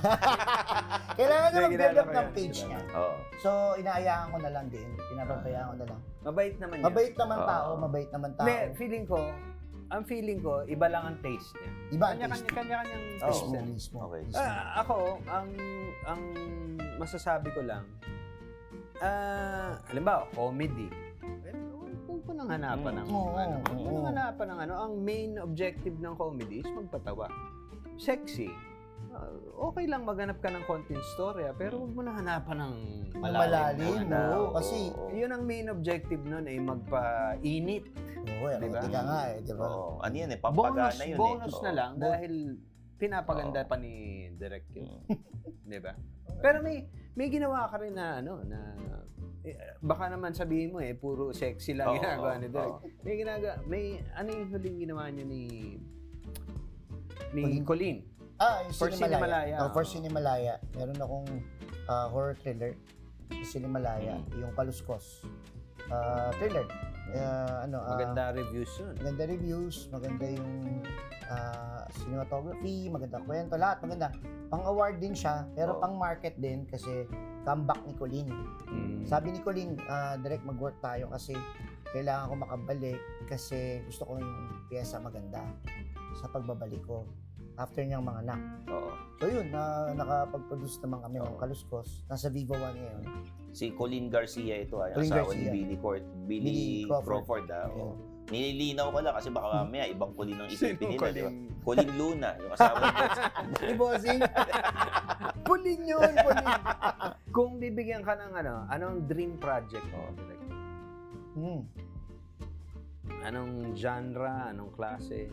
S4: Kailangan
S3: Hindi,
S4: niya mag-build
S3: kilala
S4: up
S3: ko
S4: ng
S3: yan,
S4: page
S3: kilala
S4: niya.
S1: Oo.
S4: So, inaayaan ko na lang din. Pinapabayaan ko na lang.
S3: Mabait naman yun.
S4: Mabait naman
S1: Oo.
S4: tao, mabait naman tao.
S3: Hindi, feeling ko, ang feeling ko, iba lang ang taste niya.
S4: Iba ang
S3: Kanya-kanya,
S4: taste.
S3: kanya-kanyang taste
S4: Mismo,
S3: yan.
S4: mismo.
S1: Okay.
S4: mismo.
S3: Ah, ako, ang ang masasabi ko lang, ah, alam ba, comedy. Eh, Huwag ko nang hanapan ng,
S4: Mm. Oo,
S3: ano, huwag ko nang
S4: oo.
S3: hanapan ng ano. Ang main objective ng comedy is magpatawa. Sexy. Ah, okay lang maghanap ka ng konting storya, pero huwag mo na hanapan ng
S4: Ang
S3: malalim.
S4: malalim,
S3: na ano.
S4: oo. Kasi,
S1: oo.
S3: Yun ang main objective nun ay magpa-init.
S4: oo, eh,
S3: Diba?
S4: erotika nga eh, di ba?
S1: Oo. Ano yan eh, pampagana
S3: Bonus,
S1: yun
S3: bonus
S1: eh. Oo.
S3: na lang dahil pinapaganda
S1: Oo.
S3: pa ni Direk yun.
S1: Hmm.
S3: 'di ba? Pero may may ginawa ka rin na ano na eh, baka naman sabihin mo eh puro sexy lang
S1: Oo,
S3: ginagawa
S1: oo,
S3: ni Direk.
S1: oo.
S3: May ginaga may ano yung huling ginawa niya ni ni
S4: Colin.
S3: Colin.
S4: Ah, yung
S3: For Sinimalaya.
S4: Sinimalaya. Oh, for Sinimalaya. Meron akong ah, horror thriller. Yung Sinimalaya.
S3: Hmm.
S4: Yung Kaluskos. Ah, thriller. Ah, ano, ah,
S3: Maganda reviews yun.
S4: maganda reviews, maganda yung ah, cinematography, maganda kwento, lahat maganda. Pang-award din siya, pero
S1: Oo.
S4: pang-market din kasi comeback ni Colleen.
S1: Hmm.
S4: Sabi ni Colleen, ah, direct mag-work tayo kasi kailangan ko makabalik kasi gusto ko yung pyesa maganda sa pagbabalik ko after niyang mga anak.
S1: Oo.
S4: So yun, na, nakapag-produce naman kami ng
S1: Oo.
S4: Kaluskos. Nasa Viva One ngayon.
S1: Si Colin Garcia ito, ay
S4: Colin
S1: asawa ni
S4: Garcia.
S1: Billy Court,
S4: Billy
S1: Billy
S4: Crawford.
S1: Crawford. ah,
S4: Ayun.
S1: oo. Nililinaw ko lang kasi baka mamaya ibang Colin ang isipin nila, di ba?
S3: Colin?
S1: Colin Luna, yung asawa ni
S4: Di bossing?
S3: Pulin yun, pulin. Kung bibigyan ka ng ano, anong dream project mo, Direk?
S4: Hmm.
S3: Anong genre, anong klase?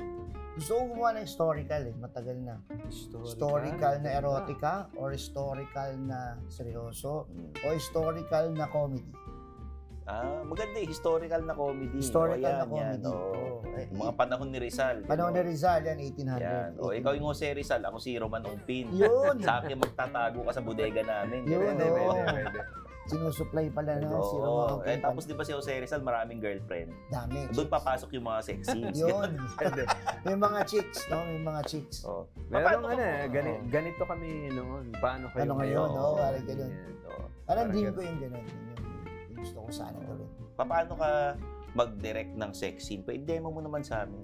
S4: Gusto ko gumawa ng historical eh, matagal na.
S3: Historical,
S4: Historical na
S3: Ah.
S4: erotica or historical na seryoso o historical na comedy.
S1: Ah, maganda eh. Historical na comedy.
S4: Historical
S1: O,
S4: na comedy.
S1: oo.
S4: Oo. Eh,
S1: Yung mga panahon ni Rizal.
S4: Panahon ni
S1: gano'n.
S4: Rizal yan, 1800.
S1: Yan. O, ikaw yung Jose Rizal. Ako si Roman Umpin.
S4: Yun!
S1: Sa akin, magtatago ka sa bodega namin. Ganun,
S4: Yun,
S3: Pwede,
S1: eh.
S3: pwede,
S4: oo.
S3: pwede.
S4: Sinusupply pala na si
S1: Oo.
S4: Roman.
S1: Eh, tapos di ba si Jose Rizal maraming girlfriend?
S4: dami.
S1: Doon papasok yung mga sex scenes.
S4: Yun.
S3: Pwede.
S4: May mga chicks, no? May mga chicks.
S1: Oo.
S3: Meron
S1: Paano
S3: ano,
S1: ka-
S3: eh, gani- ganito kami noon. Paano kayo
S4: Ano ngayon, oo, aray ka dun.
S3: Ganyan, oo.
S4: Parang
S3: Parang
S4: dream
S3: ganun.
S4: ko yung ganun. Yun yung, yung gusto ko sana gawin.
S1: Paano ka mag-direct ng sex scene? Pa-demo mo naman sa amin.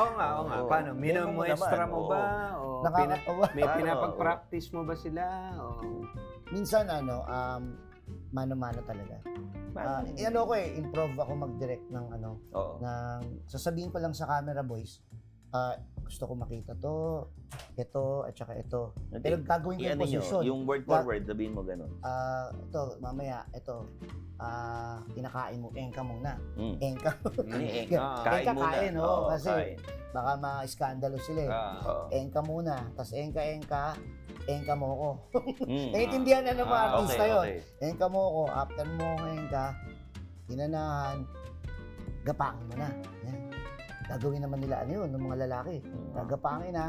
S3: Oo nga, oo nga.
S1: Oo.
S3: Paano?
S1: Demo
S3: Minumuestra
S1: naman,
S3: mo
S1: oo.
S3: ba? O
S1: Oh,
S3: pina-
S4: Nakakatawa.
S3: may
S1: Paano?
S3: pinapag-practice mo ba sila? O
S4: Minsan ano, um, mano-mano talaga. Ah, eh, ano ko eh, improve ako mag-direct ng ano,
S1: Oo.
S4: ng sasabihin ko lang sa camera boys, ah, gusto ko makita to, ito, at saka ito. Pero gagawin ko yung
S1: I-ano nyo,
S4: posisyon.
S1: yung word for word, sabihin mo ganun.
S4: Ah, ito, mamaya, ito, ah, kinakain mo, engka muna.
S1: Mm.
S4: Engka,
S1: Ano yung
S4: eh.
S3: Mm.
S1: eng-
S3: Ah,
S1: Kain
S4: Eka,
S1: muna.
S4: kain, oo, kasi-
S1: kain.
S4: baka ma-skandalo sila eh.
S3: ah.
S1: Oo.
S4: Engka muna, tas engka, engka, engka mo ko.
S1: Mm.
S4: Naiintindihan na ng mga
S3: Ah, okay,
S4: artista yun.
S1: okay.
S4: Engka mo ko, after mo ko engka, inanahan, gapangin mo na. Yan. Gagawin naman nila ano yun, ng mga lalaki.
S1: Mm.
S4: Gagapangin na,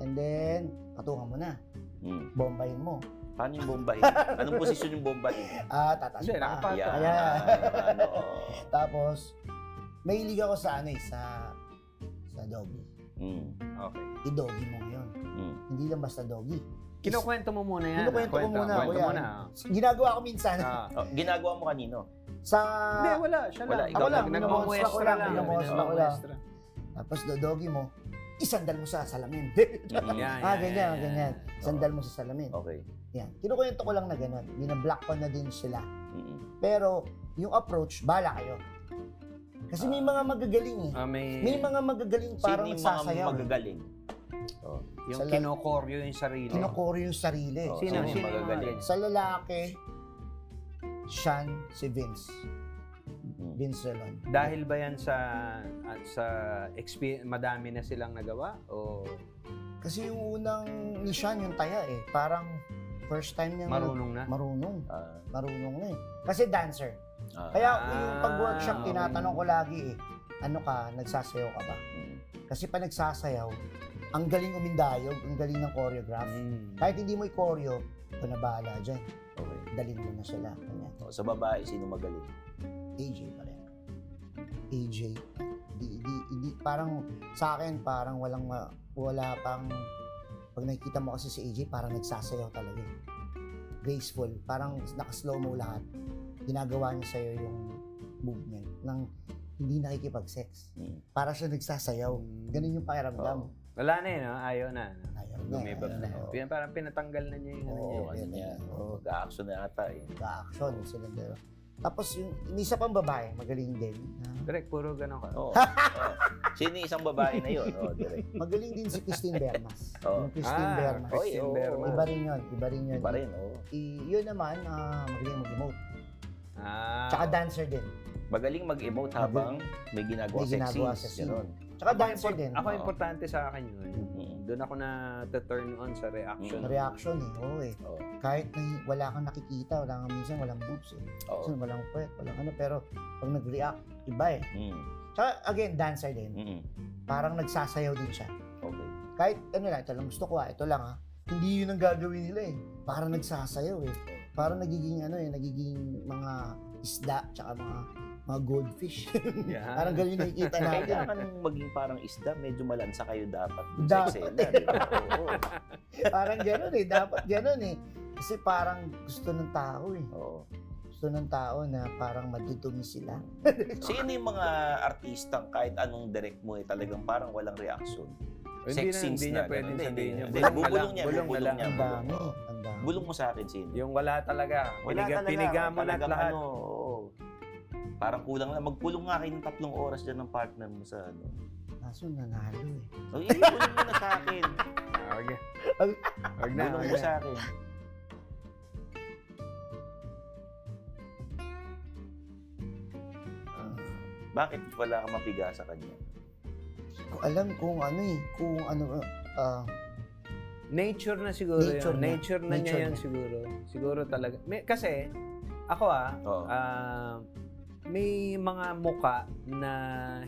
S4: and then, patungan mo na,
S1: Mm.
S4: bombayin mo.
S1: Paano yung bombahin? Anong posisyon yung bombahin?
S4: Ah, tataas
S3: Hindi,
S4: pa.
S3: nakapato.
S1: Yan.
S4: Ayan.
S1: Ano, oo.
S4: Tapos, may ilig ako sa ano eh, sa, sa doggy.
S1: Mm.
S3: Okay.
S4: I-doggy mo ngayon.
S1: Mm.
S4: Hindi lang basta doggy.
S3: Kinukwento mo muna yan.
S4: Kinukwento ko
S3: Kwento,
S4: muna,
S3: Kwento
S4: kuya. Ano?
S3: mo na.
S4: Ginagawa ko minsan
S3: Ah.
S1: Oh, ginagawa mo kanino?
S4: sa...
S3: Hindi, wala. Siya
S1: Wala,
S3: lang.
S1: ikaw lang.
S3: Nagmumuestra
S4: Minumuestra ko lang,
S3: lang.
S4: minumuestra ko lang.
S3: Minumuestra.
S4: Tapos do-doggy mo, isandal mo sa salamin.
S1: Mm.
S3: Yan,
S4: Ah,
S3: yan,
S4: ganyan,
S3: yan, yan.
S4: ganyan. Sandal mo sa salamin.
S3: Oh.
S1: Okay.
S4: Yan. Kinukwento ko lang na gano'n. Binablock ko na din sila.
S1: Mm.
S4: Pero, yung approach, bala kayo. Kasi may mga magagaling eh.
S3: Ah, may,
S4: May mga magagaling
S1: Sino
S4: parang
S1: yung mga
S4: nagsasayaw.
S1: magagaling?
S3: yung
S4: sa lal-
S3: kinokoryo yung sarili.
S1: Oh,
S4: Kinukoryo Eh, yung sarili.
S1: Oo,
S3: Sino-
S1: sino yung
S3: sino yung
S1: magagaling?
S4: Sa lalaki, Sean si Vince.
S1: Hmm.
S4: Vince Relon.
S3: Dahil ba yan sa at sa experience, madami na silang nagawa o
S4: Kasi yung unang ni Sean yung taya eh. Parang first time niya
S3: marunong na?
S4: marunong.
S1: Ah,
S4: Marunong na eh. Kasi dancer.
S1: ah,
S4: Kaya
S3: Ah,
S4: yung pag-workshop,
S3: okay.
S4: tinatanong ko lagi eh, ano ka, nagsasayaw ka ba?
S1: mm.
S4: Kasi pa nagsasayaw, ang galing umindayog, ang galing ng choreograph.
S1: Hmm.
S3: Mm.
S4: Kahit hindi mo i-choreo, ako na bahala dyan.
S1: Okay.
S4: Dalin mo na sila. Kanya,
S1: O, sa babae, sino magaling?
S4: AJ pa rin. AJ. Di, di, di, parang sa akin, parang walang, ma- wala pang, pag nakikita mo kasi si AJ, parang nagsasayaw talaga eh. Graceful. Parang nakaslow mo lahat. Ginagawa niya sa'yo yung movement ng hindi nakikipag-sex.
S1: Mm.
S4: Para siya nagsasayaw. Ganun yung pakiramdam.
S1: Oo.
S3: Wala na eh, no? Ayaw na. no?
S4: Ayaw na,
S3: Gumibab
S4: ayaw
S3: na.
S4: na.
S3: Pin- Parang pinatanggal na niya yung ano
S1: Oo,
S3: niya.
S1: ano
S4: yun,
S1: niya.
S4: yun.
S1: Oo, Mag-action na ata eh.
S4: Ka-action sila dalawa. Tapos yung yung isa pang babae, magaling din. Ah,
S3: Correct, puro ganun ka.
S1: Oo. oo. Oh, Sino yung isang babae na yun? Oo, direct.
S4: Magaling din si Christine Bermas.
S1: Oo.
S4: Yung Christine Bermas.
S1: Oy,
S3: Ah, Christine
S1: oo.
S3: Berman.
S4: Iba rin yun, iba rin yun.
S1: Iba rin, oh. oo.
S4: I- yun naman, ah, magaling mag-emote.
S3: Ah,
S4: Tsaka dancer din.
S1: Magaling mag-emote habang may ginagawa
S4: May ginagawa
S1: sa
S4: sa
S1: scene.
S4: scene.
S1: Ganon.
S4: Tsaka dancer din.
S3: ako
S1: Oo.
S3: importante sa akin yun.
S1: Mm.
S3: Doon ako na turn on sa reaction.
S1: Mm.
S4: Reaction eh, oo eh.
S1: Oo.
S4: Kahit na wala kang nakikita, wala kang minsan, walang boobs eh.
S1: Oo.
S4: Minsan walang puwet, walang ano. Pero pag nag-react, iba eh.
S1: Mm.
S4: Tsaka again, dancer din.
S1: Mm.
S4: Parang nagsasayaw din siya.
S1: Okay.
S4: kahit ano lang, ito lang gusto ko ah, ito lang ah. Hindi yun ang gagawin nila eh. Parang nagsasayaw eh. Parang nagiging ano eh, nagiging mga isda, tsaka mga mga goldfish.
S3: Yeah.
S4: Parang ganun yung nakikita natin.
S1: Kailangan maging parang isda, medyo malansa kayo dapat dun sa
S4: Dapat
S1: eksena. di ba? Oo.
S4: parang ganun eh, dapat ganun eh. Kasi parang gusto ng tao eh.
S1: Oo.
S4: Gusto ng tao na parang madudumi sila.
S1: Sino yung mga artistang kahit anong direct mo eh, talagang parang walang reaction? Sex
S3: Hindi na,
S1: scenes
S3: hindi niya
S1: na,
S3: pwedeng
S1: ganun.
S3: sabihin
S1: Hindi,
S3: niya.
S1: hindi.
S3: Bulong na
S1: Bubulong
S3: lang,
S1: niya,
S3: bulong na
S1: bubulong
S3: lang.
S1: niya.
S4: Ang dami,
S1: Oo.
S4: ang dami.
S1: Bulong mo sa akin, sino?
S3: Yung wala talaga.
S1: Wala
S3: Piniga,
S1: talaga.
S3: piniga mo na
S1: Talagang
S3: lahat.
S1: Ano, oo. Parang kulang lang. Magkulong nga kayo ng tatlong oras dyan ng partner mo sa ano.
S4: Kaso nanalo eh.
S1: So, eh, bulong mo na sa akin.
S3: Ah, Wag na.
S4: Ang-
S3: Wag na.
S1: Bulong
S3: wag
S1: mo
S3: na.
S1: sa akin. Ah, Bakit wala ka mapiga sa kanya?
S4: Ko alam kung ano eh, kung ano, ah,
S3: Nature na siguro yun.
S4: Nature na.
S3: Nature na niya
S4: Nature
S3: yan
S4: na.
S3: siguro. Siguro talaga. May, kasi, ako ah,
S1: Oo.
S3: ah, may mga muka na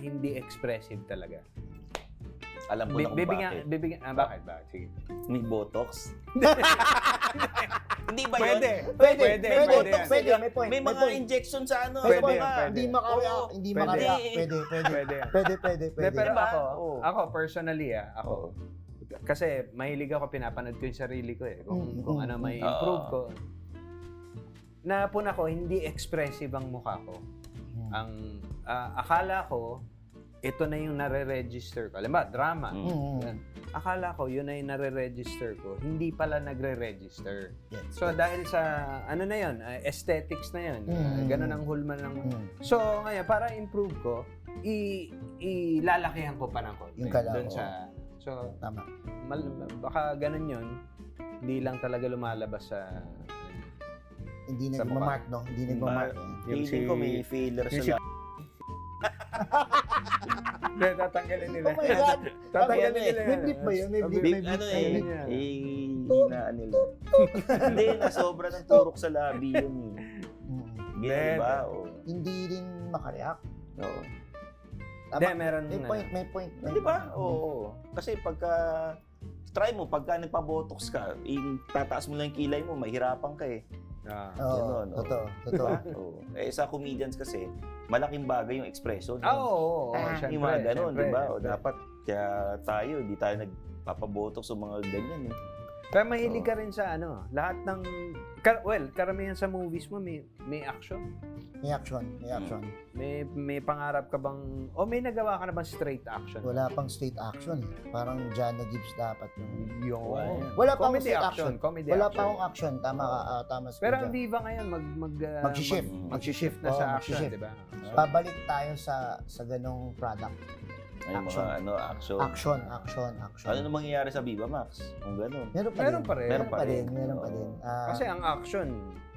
S3: hindi expressive talaga.
S1: Alam ko na
S3: Bi-
S1: kung bakit.
S3: bibigyan, bibigyan, ah, bakit? Bakit? Sige.
S1: May botox. Hindi ba yun?
S3: Pwede.
S4: pwede,
S3: Pwede,
S4: pwede,
S3: pwede.
S4: pwede, pwede, may point,
S1: May mga
S4: point.
S1: injection sa ano.
S4: Pwede,
S1: sa
S4: pwede,
S1: mga-
S3: pwede.
S4: Hindi makareact,
S1: Oo.
S4: hindi
S3: Pwede.
S4: makareact. Pwede, pwede.
S3: Pwede.
S4: Pwede, pwede,
S3: Hindi,
S4: pwede.
S3: pero
S1: Diba?
S3: ako,
S1: Oo.
S3: ako personally ah, ako.
S1: Oo.
S3: Kasi mahilig ako, pinapanood ko yung sarili ko eh. Kung,
S4: Mm,
S3: kung
S4: mm,
S3: ano may
S1: mm.
S3: improve
S1: Oo.
S3: ko. Napuna ko, hindi expressive ang mukha ko.
S4: Hmm.
S3: Ang ah, akala ko, ito na yung nare-register ko. Alam ba, drama.
S1: Mm.
S4: Mm.
S3: Akala ko, yun na yung nare-register ko. Hindi pala nagre-register.
S4: Yes.
S3: So, dahil sa, ano na yun, ah, aesthetics na yun. Ah,
S4: Mm.
S3: Ganun ang hulma ng...
S4: Mm.
S3: So, ngayon, para improve ko, i ilalakihan ko pa ng konti.
S4: Yung kalaw,
S3: Doon sa... So,
S4: Tama.
S3: mal, baka ganun yun, hindi lang talaga lumalabas sa...
S4: Hindi
S3: Sa mukha.
S4: nagmamark, no? Hindi nagmamark.
S1: Feeling ko may failure
S3: yung
S1: sa
S3: Hindi, tatanggalin nila.
S4: Oh my God!
S3: tatanggalin
S1: Tanggalin
S3: nila.
S4: May blip ba yun? May blip,
S1: Big,
S4: may blip.
S1: ano
S4: may
S1: eh,
S4: blip.
S3: niya.
S1: eh, hinaan nila. Hindi, na sobra ng turok sa labi yun eh.
S4: Mm.
S1: Ganyan ba? Oo.
S4: Hindi rin makareact.
S1: Oo.
S3: Hindi,
S4: Tama.
S3: meron
S4: May
S3: na.
S4: point, may point. may
S1: Hmm. Di ba?
S4: point.
S1: diba? Oo. Kasi pagka, try mo, pagka nagpa-botox ka, yung tataas mo lang yung kilay mo, mahirapan ka eh.
S3: Ah.
S4: Oo,
S1: Ganun, oo.
S4: totoo,
S1: Di
S4: totoo.
S1: ba? Oo. Eh, sa comedians kasi, malaking bagay yung expression.
S3: Ah, oo, oo, oo,
S4: Ah,
S3: syempre,
S1: yung mga ganun,
S3: syempre,
S1: di ba? O
S3: syempre.
S1: dapat, kaya tayo, di tayo nagpapabotok sa mga ganyan. Eh.
S3: Pero mahilig
S1: Oo.
S3: ka rin sa ano, lahat ng... kar- well, karamihan sa movies mo may, may action.
S4: May action, may action.
S3: May, may pangarap ka bang... O may nagawa ka na bang straight action?
S4: Wala pang state action. eh. Parang Jano Gibbs dapat yung...
S3: Yung...
S1: Wala.
S4: Wala pa akong
S3: Comedy
S4: state
S3: action.
S4: action.
S3: Comedy
S4: Wala pa
S3: action.
S4: akong action. Tama ka, ah, tama si
S3: Pero
S4: Kuya.
S3: ang Viva ngayon, mag... mag ah,
S4: Mag-shift.
S1: mag-
S3: mag-shift na
S4: Oo,
S3: sa action, diba?
S4: mag-shift.
S3: di ba?
S4: Babalik tayo sa sa ganong product.
S1: Ay, mga
S4: Action.
S1: ano, action.
S4: Action, action, action.
S1: Ano nang mangyayari sa Viva Max? Kung ganun.
S4: Meron pa
S3: Meron
S4: rin.
S3: pa rin.
S4: Meron pa rin.
S1: Oo.
S4: Meron pa rin. Ah,
S3: Kasi ang action,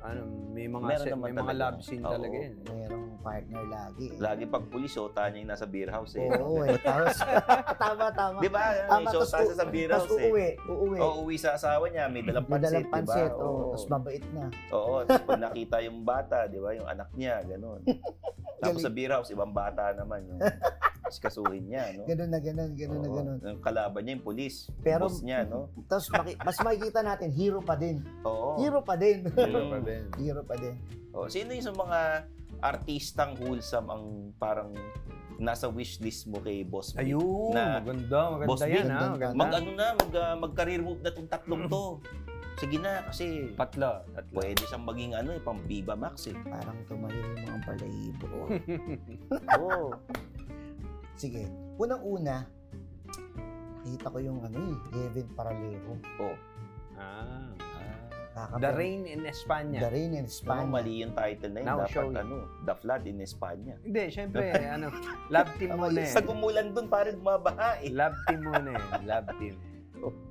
S3: ano, may mga
S1: Meron
S3: se-
S1: naman
S3: may mga
S1: talaga.
S3: love scene
S1: Oo.
S3: talaga yun.
S4: Mayroong partner lagi. eh.
S1: Lagi pag pulis, sota niya yung nasa beer house eh.
S4: Oo Ah, eh. Tapos, tama, tama.
S1: Di ba?
S4: Tama,
S1: Isota
S4: tapos
S1: siya sa beer
S4: Tapos
S1: house eh.
S4: uuwi, uuwi.
S1: O uwi sa asawa niya, may dalang
S4: May
S1: pansit,
S4: dalang
S1: di ba?
S4: pansit, oo.
S1: Oo.
S4: Tapos mabait na.
S1: Oo, tapos pag nakita yung bata, di ba, yung anak niya, ganun. Tapos sa
S4: Galing.
S1: beer house, ibang bata naman yung kasuhin niya, no?
S4: Ganun na ganun, ganun na
S1: Oo,
S4: ganun.
S1: Yung kalaban niya, yung polis.
S4: Pero-
S1: boss niya, no?
S4: Tapos maki- mas makikita natin, hero pa din.
S1: Oo.
S4: Hero pa din.
S1: Mm.
S3: Pa din.
S4: hero pa din.
S1: Oo. Oh, Sino yung sa mga artistang wholesome ang parang nasa wishlist mo kay Boss Big?
S3: Ayun,
S1: Na-
S3: maganda, maganda
S1: Boss
S3: yan
S4: Vic,
S3: ha.
S4: ganda.
S3: Maganda.
S1: Mag ano na, mag, ah, mag-career move na tong tatlong to. Sige na, kasi
S3: Tatlo, tatlo.
S1: pwede siyang maging ano, eh, pang Viva Max eh.
S4: Parang tumayo yung mga palahibo.
S1: Oo.
S4: Sige. Unang-una, nakita ko yung ano eh, Kevin Paralejo.
S1: Oo.
S3: ah.
S4: Kakapir-
S3: The Rain in
S4: The
S3: Espanya.
S4: Rain in
S1: Ano,
S4: Spain.
S1: mali yung title na yun.
S3: Now
S1: Dapat
S3: show you.
S1: ano, The Flood in Espanya.
S3: Hindi, syempre, ano, love team
S4: Tama
S3: muna
S4: yun.
S3: eh.
S1: Sa gumulan dun, parang bumabaha eh.
S3: Love team muna eh. Love team.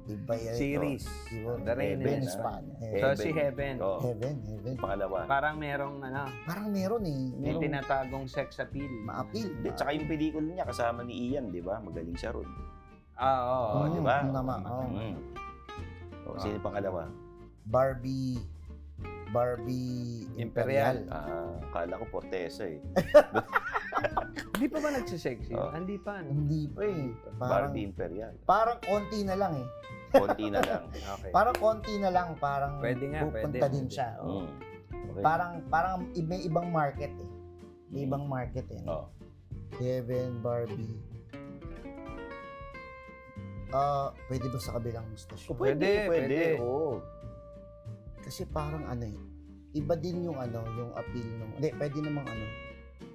S4: Diba yan?
S3: Series.
S4: Siguro.
S3: The Rain
S4: Heaven
S3: in
S4: in Eh,
S1: Espanya.
S4: Spain.
S3: So,
S1: Heaven.
S3: si Heaven.
S1: Oo.
S4: Heaven, heaven.
S1: Pangalawa.
S3: Parang merong, ano,
S4: Parang meron eh.
S3: may
S4: Merong
S3: tinatagong sex appeal.
S4: ma-appeal.
S1: Hindi, tsaka yung pelikula niya kasama ni Ian, di ba? Magaling siya ron.
S3: Ah, oo.
S1: Oo,
S4: Mm,
S1: di ba?
S4: tama,
S3: Ah.
S4: Oh. oo.
S1: Mm. Oo, sino yung pangalawa?
S4: Barbie Barbie
S3: Imperial.
S1: Ah, kala ko Portesa eh.
S3: Hindi pa ba nagsisexy?
S1: Oo.
S3: Hindi pa, ano?
S4: Hindi pa eh. Parang,
S1: Barbie Imperial.
S4: parang konti na lang eh.
S1: Konti na lang.
S3: Okay.
S4: Parang konti na lang. Parang
S3: Pwede nga, pwede,
S4: pupunta din
S3: pwede.
S4: siya. oo.
S1: Mm. Okay.
S4: Parang, parang i- may ibang market eh. May
S1: Mm.
S4: ibang market eh.
S1: Oo.
S4: Kevin, Barbie. Ah, pwede ba sa kabilang station?
S1: Oh, Pwede,
S3: Pwede,
S1: pwede.
S3: pwede.
S1: Oo.
S4: Kasi parang ano eh. Iba din yung ano, yung appeal ng... Hindi, pwede namang ano.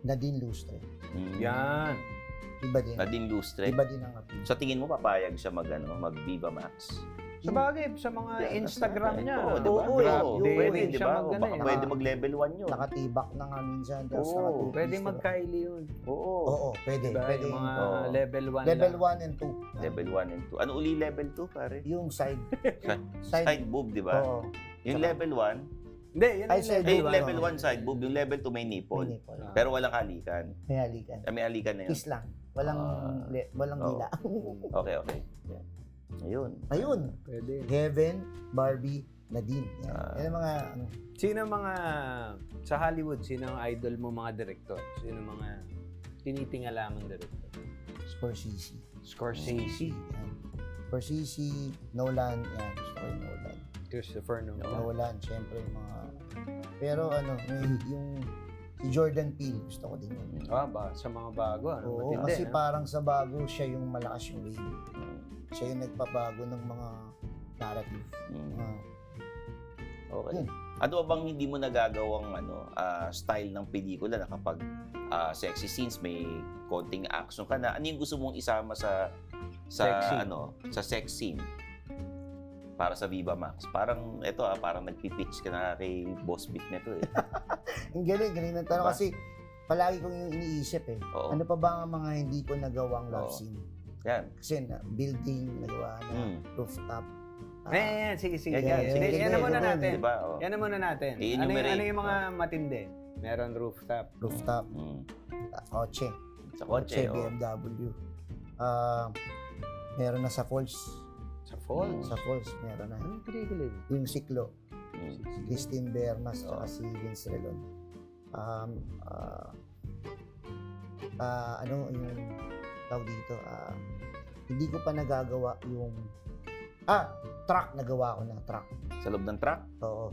S4: Nadine Lustre.
S1: Mm.
S3: Yan.
S4: eh. Iba din.
S1: Nadine Lustre.
S4: Iba din ang appeal.
S1: Sa tingin mo, papayag siya mag, ano, mag Viva Max?
S3: Sa bagay, sa mga
S1: Yan,
S3: Ah,
S1: diba?
S3: Instagram
S1: nasa-
S3: niya.
S1: Oo, di ba?
S4: Oo,
S1: Oo,
S4: yun,
S1: pwede,
S4: yun,
S1: di
S3: siya
S1: ba?
S3: maganda
S1: Baka
S3: eh.
S1: pwede mag level 1 yun.
S4: Nakatibak na nga minsan. Tapos
S1: Oo,
S4: nakatibak.
S3: Pwede
S4: Diba?
S3: mag-Kylie yun.
S1: Oo.
S4: Oo, pwede.
S3: Diba?
S4: pwede.
S3: Yung mga
S1: Oo.
S3: level 1
S4: level
S3: lang.
S4: 1 and 2.
S1: Level 1 and 2. Ano uli level 2, pare?
S4: Yung side. side.
S1: Side boob, di ba?
S4: Oo.
S1: Yung
S4: Tsaka-
S1: level 1,
S3: Hindi, yun
S4: Ay,
S3: yung
S4: side
S1: eh,
S3: level
S1: yung
S4: boob,
S1: level
S4: ano?
S1: 1 side boob, yung level 2 may
S4: May
S1: nipple.
S4: nipple.
S3: Ah.
S1: Pero walang halikan.
S4: May halikan.
S1: Ah, May halikan na yun.
S4: Kiss lang. Walang,
S1: Ah.
S4: le- walang
S1: Oo.
S4: dila.
S3: Mm.
S1: Okay, okay. Yan. Ayun.
S4: Ayun.
S3: Pwede.
S4: Heaven, Barbie, Nadine. Yan.
S1: Ah.
S4: Yan ang mga, ano,
S3: Sino mga, sa Hollywood, sino ang idol mo mga director? Sino mga tinitingala mong director?
S4: Scorsese.
S3: Scorsese,
S4: Yan. Scorsese, Nolan, yan. Gusto ko yung Nolan.
S3: Christopher Nolan.
S4: Nolan, syempre, yung mga... Pero ano, may, yung si Jordan Peele, gusto ko din yun.
S1: Hmm.
S3: Ah, ba? Sa mga bago, ano?
S4: Oo,
S3: Matindi,
S4: kasi
S3: no?
S4: parang sa bago, siya yung malakas yung wave.
S1: Hmm.
S4: Siya yung nagpabago ng mga narrative.
S1: Mm.
S4: Mga
S1: Okay.
S3: Hmm.
S4: Yun.
S1: Ano ba bang hindi mo nagagawang ano, ah, style ng pelikula na kapag ah, sexy scenes may konting action ka na? Ano yung gusto mong isama sa sa
S3: Sex scene.
S1: ano, sa sex scene? Para sa Viva Max. Parang ito ah, parang nagpi-pitch ka na kay Boss Beat nito eh.
S4: Ang galing, galing ng tanong
S1: Diba?
S4: kasi palagi kong yung iniisip eh.
S1: Oo.
S4: Ano pa ba ang mga hindi ko nagawang love
S1: Oo.
S4: scene?
S1: Yan.
S4: Kasi na, building, nagawa na,
S1: Mm.
S4: rooftop. Ah,
S3: Eh, yan, sige, sige.
S1: Yan, yan,
S3: Sige,
S1: sige,
S3: yan na
S4: sige,
S3: muna
S4: sige.
S3: natin.
S1: Di ba? Oh.
S3: Yan na muna natin. Ano yung,
S1: I-enumerate.
S3: ano yung mga matindi? Meron rooftop.
S4: rooftop,
S1: Mm.
S4: ah, kotse,
S1: Sa
S4: kotse,
S1: kotse. oh.
S4: BMW. Ah, meron na sa falls.
S3: Sa Falls.
S4: Sa falls, meron na.
S3: Anong pelikula yun?
S4: Yung siklo,
S1: Mm.
S4: Christine Bermas
S1: Oo.
S4: at si Vince Relon. Um, ah, ah, ano yung tawag dito? ah, hindi ko pa nagagawa yung... Ah, truck nagawa ko na, truck.
S1: Sa loob ng truck,
S4: Oo.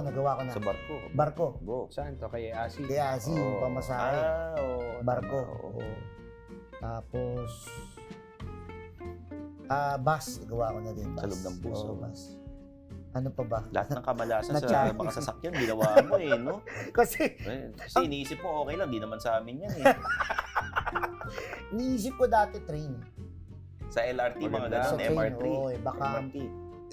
S1: Oo.
S3: Ano?
S4: nagawa ko na.
S1: sa barko.
S4: Barko.
S1: Go.
S3: Saan to? Kay Asi?
S4: Kaya si
S1: Oo.
S4: pamasahe.
S1: Ah, oo, tama,
S4: barko.
S1: oo.
S4: Oo. Tapos, ah, bus. Nagawa ko na din. Bus.
S1: Sa loob ng puso.
S4: Oo, bus. Ano pa ba?
S1: Lahat ng kamalasan sa
S4: Na-challenge.
S1: mga sasakyan, ginawa mo eh, no?
S4: Kasi,
S1: Eh, Kasi iniisip mo, okay lang, di naman sa amin yan eh.
S4: niisip ko dati train. eh.
S1: Sa LRT, mga
S3: Maganda.
S1: ganun,
S4: Sa train,
S1: MR3.
S4: oo eh. Baka,
S1: MRT.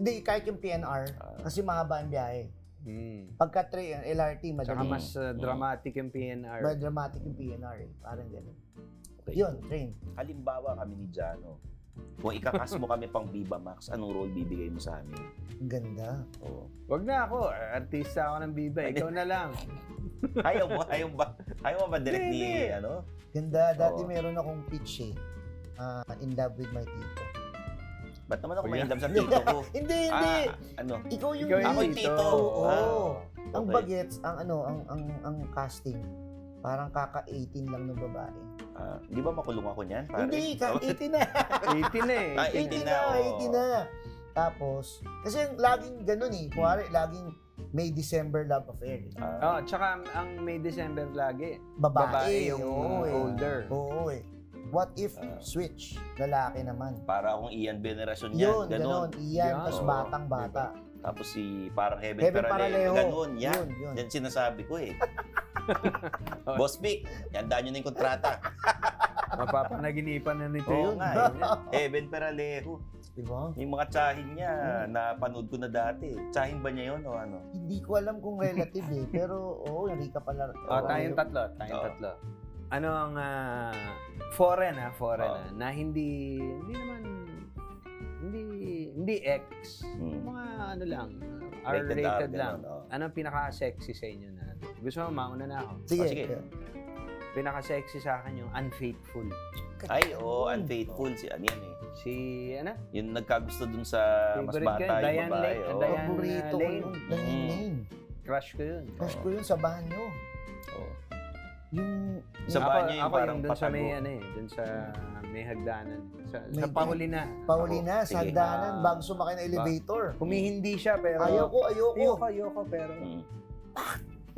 S4: hindi, kahit yung PNR.
S1: Ah.
S4: Kasi mahaba ang biyahe.
S3: Hmm.
S4: Pagka train, LRT,
S3: Tsaka
S4: madali.
S1: Mm.
S3: mas uh, dramatic yung PNR.
S4: Ba, dramatic yung PNR eh. Parang gano'n.
S1: Okay.
S4: Yun, train.
S1: Halimbawa kami ni Jano, Kung ikakas mo kami pang Viva Max, anong role bibigay mo sa amin?
S4: Ang ganda.
S1: Oo.
S3: Wag na ako. Artista ako ng Biba.
S1: Ay,
S3: Ikaw na lang.
S1: Ayaw mo, ayaw ba? Ayaw mo ba direct ni,
S3: Hindi, hindi.
S1: ano?
S4: Ganda. Dati
S1: Oo.
S4: meron akong pitch eh. Ah, in love with my tito.
S1: Ba't naman ako
S3: Kuya.
S1: may indam sa tito ko?
S4: Hindi, hindi.
S1: ah, ano?
S4: Ikaw yung
S3: Ikaw eh.
S4: lead.
S1: Ako yung
S3: Tito.
S1: tito.
S4: Oo.
S1: Ah,
S4: Ang
S1: okay.
S4: bagets, ang ano, ang ang ang casting. Parang kaka-18 lang ng babae.
S1: Ah, di ba makulong ako niyan, pare?
S4: Hindi, ka-18 na.
S3: 18 na eh.
S1: Ay, 18
S4: 18 na,
S1: na, oo.
S4: 18 na. Tapos, kasi yung laging ganun eh. Kuwari, laging may December love affair. eh.
S1: Ah,
S3: Oh, tsaka ang May December lagi.
S4: Babae,
S3: Babae yung
S4: oo, eh.
S3: older.
S4: Oo eh. What if
S1: Ah.
S4: switch? Lalaki naman.
S1: para akong Ian Veneration niyan,
S4: Yun,
S1: ganun.
S4: ganun. Iyan,
S3: Yan,
S4: tapos
S1: oo.
S4: batang-bata.
S1: Tapos si parang Heaven,
S4: Heaven
S1: Paraleo,
S4: Paralejo.
S1: ganun, Diba? yan.
S4: Yun, yun.
S1: Yan sinasabi ko eh. Boss Vic, yandaan nyo na yung kontrata.
S3: Mapapanaginipan na nito
S1: Oo
S3: yun.
S1: nga eh. Heaven Paralejo.
S4: Diba?
S1: Yung mga tsahin niya, napanood ko na dati. Tsahin ba niya yun o ano?
S4: Hindi ko alam kung relative eh. Pero, oo, oh, Rika pala.
S3: Oh, tayong tatlo, tayong
S1: Oo.
S3: tatlo. Ano ang ah, foreign ah, foreign
S1: Oo.
S3: ah, na hindi hindi naman hindi hindi X.
S1: Hmm.
S3: Mga ano lang, ah,
S1: Rated R,
S3: R-rated
S1: ganun,
S3: lang.
S1: oo.
S3: Ano ang pinaka-sexy sa inyo na? Gusto mo mauna na ako.
S4: Sige.
S1: Oh, sige.
S3: Pinaka-sexy sa akin yung unfaithful.
S1: Ay, oo, unfaithful si ano yan eh.
S3: Si ano?
S1: Yung nagkagusto dun sa mas
S3: Favorite
S1: bata
S3: ko yun,
S1: yung
S3: Diane
S1: babae.
S3: Lane,
S1: oo.
S3: Diane-
S4: Paborito ko
S3: Lane.
S4: yung Diane
S1: Mm.
S4: Lane.
S3: Crush ko yun.
S4: Crush
S1: Oo.
S4: ko yun sa banyo.
S1: Oo.
S4: Yung,
S1: Sa
S3: Ako-
S1: bahay niya yung
S3: ako
S1: parang
S3: dun sa may
S1: patago.
S3: ano eh, dun sa may hagdanan. Sa, sa
S4: May-
S3: pahuli na.
S4: Pauli na,
S1: Sige.
S4: sa hagdanan,
S3: Ah.
S4: bago sumakay ng elevator.
S3: Humihindi siya pero
S4: Ayoko, ayoko.
S3: Ayoko, ayoko, pero...
S1: Mm.
S3: ano.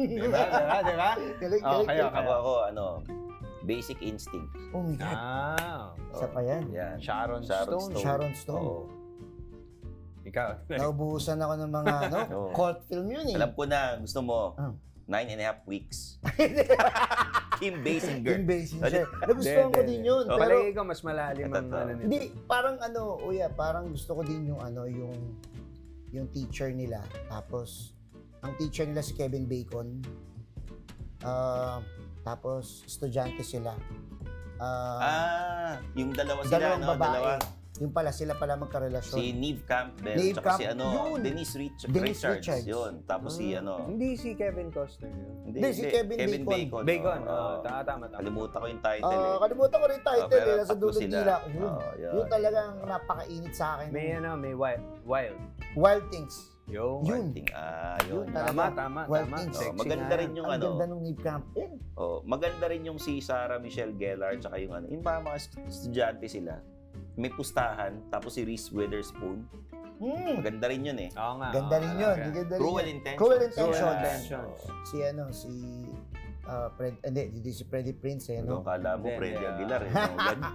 S3: Diba, diba, diba?
S1: Ah,
S4: Galing,
S3: Oh,
S4: galing,
S3: kayo,
S4: galing.
S1: Ako, ako, ano, basic instinct.
S4: Oh my God.
S3: Ah,
S4: Isa pa yan.
S1: Yan.
S3: Sharon,
S1: Sharon
S3: Stone.
S1: Stone.
S4: Sharon Stone.
S1: Oo.
S3: Ikaw.
S4: Naubuhusan ako ng mga ano,
S1: Oo.
S4: cult film yun eh.
S1: Alam ko na, gusto mo,
S4: Ah.
S1: nine and a half weeks. Kim Basinger.
S4: Yung Basinger. Nagustuhan
S3: Hindi,
S4: ko
S3: hindi,
S4: Ano din yun.
S1: hindi.
S4: Pero,
S3: Palagi ikaw mas malalim ang
S1: Totoo.
S3: ano nito.
S4: hindi, parang ano, uya, parang gusto ko din yung ano, yung yung teacher nila. Tapos, ang teacher nila si Kevin Bacon. Ah, tapos, estudyante sila. Ah,
S1: Ah, yung dalawa sila,
S4: dalawang
S1: no?
S4: babae.
S1: Dalawa.
S4: Yung pala, sila pala magkarelasyon.
S1: Si Neve Campbell,
S4: Neve
S1: tsaka si
S4: Campbell,
S1: ano,
S4: yun.
S1: Denise, Rich-
S4: Denise
S1: Richards.
S4: Richards. Ah.
S1: Yun. Tapos si ano,
S3: Hindi si Kevin Costner. yun.
S1: hindi,
S4: Hindi, si Kevin Bacon.
S3: Bacon.
S1: oo, oo.
S3: Oh, tama, tama, tama.
S1: Kalimutan ko yung title
S4: Ah,
S1: eh.
S4: kalimutan ko rin yung
S1: Oh,
S4: title
S1: pero
S4: eh, nasa
S1: tatlo
S4: dulo
S1: sila.
S4: dila. Yun,
S1: Oo, yun.
S4: yun talagang napakainit sa akin.
S3: May ano, may wild. wild.
S4: Wild Things.
S3: Yo.
S4: Yun.
S1: One thing. Ah, yun.
S4: Yun talaga.
S3: Tama, tama,
S4: Wild
S3: tama.
S4: things.
S1: Oh,
S3: Sexy
S1: maganda
S3: nga.
S1: rin yung
S4: Ang
S1: ano.
S4: ganda nung Neve Campbell.
S1: Oh, maganda rin yung si Sarah Michelle Gellar tsaka yung ano, yung mga mga estudyante sila. May pustahan, tapos si Reese Witherspoon.
S4: Hmm.
S1: Maganda rin yun eh.
S3: Oo nga.
S4: Ganda
S3: oo,
S4: rin
S3: oo,
S4: yun.
S3: oo.
S4: Ganda rin
S1: Cruel
S4: yun.
S1: Intentions.
S4: Cruel Intentions.
S1: Cruel
S3: Intentions.
S1: Oo.
S4: Si ano, si... ah, Fred, hindi, hindi si Freddie Prince eh,
S1: Ano
S4: no?
S1: kala mo,
S3: Hindi,
S1: Freddy
S3: hindi,
S1: Aguilar. eh, no? Ganda.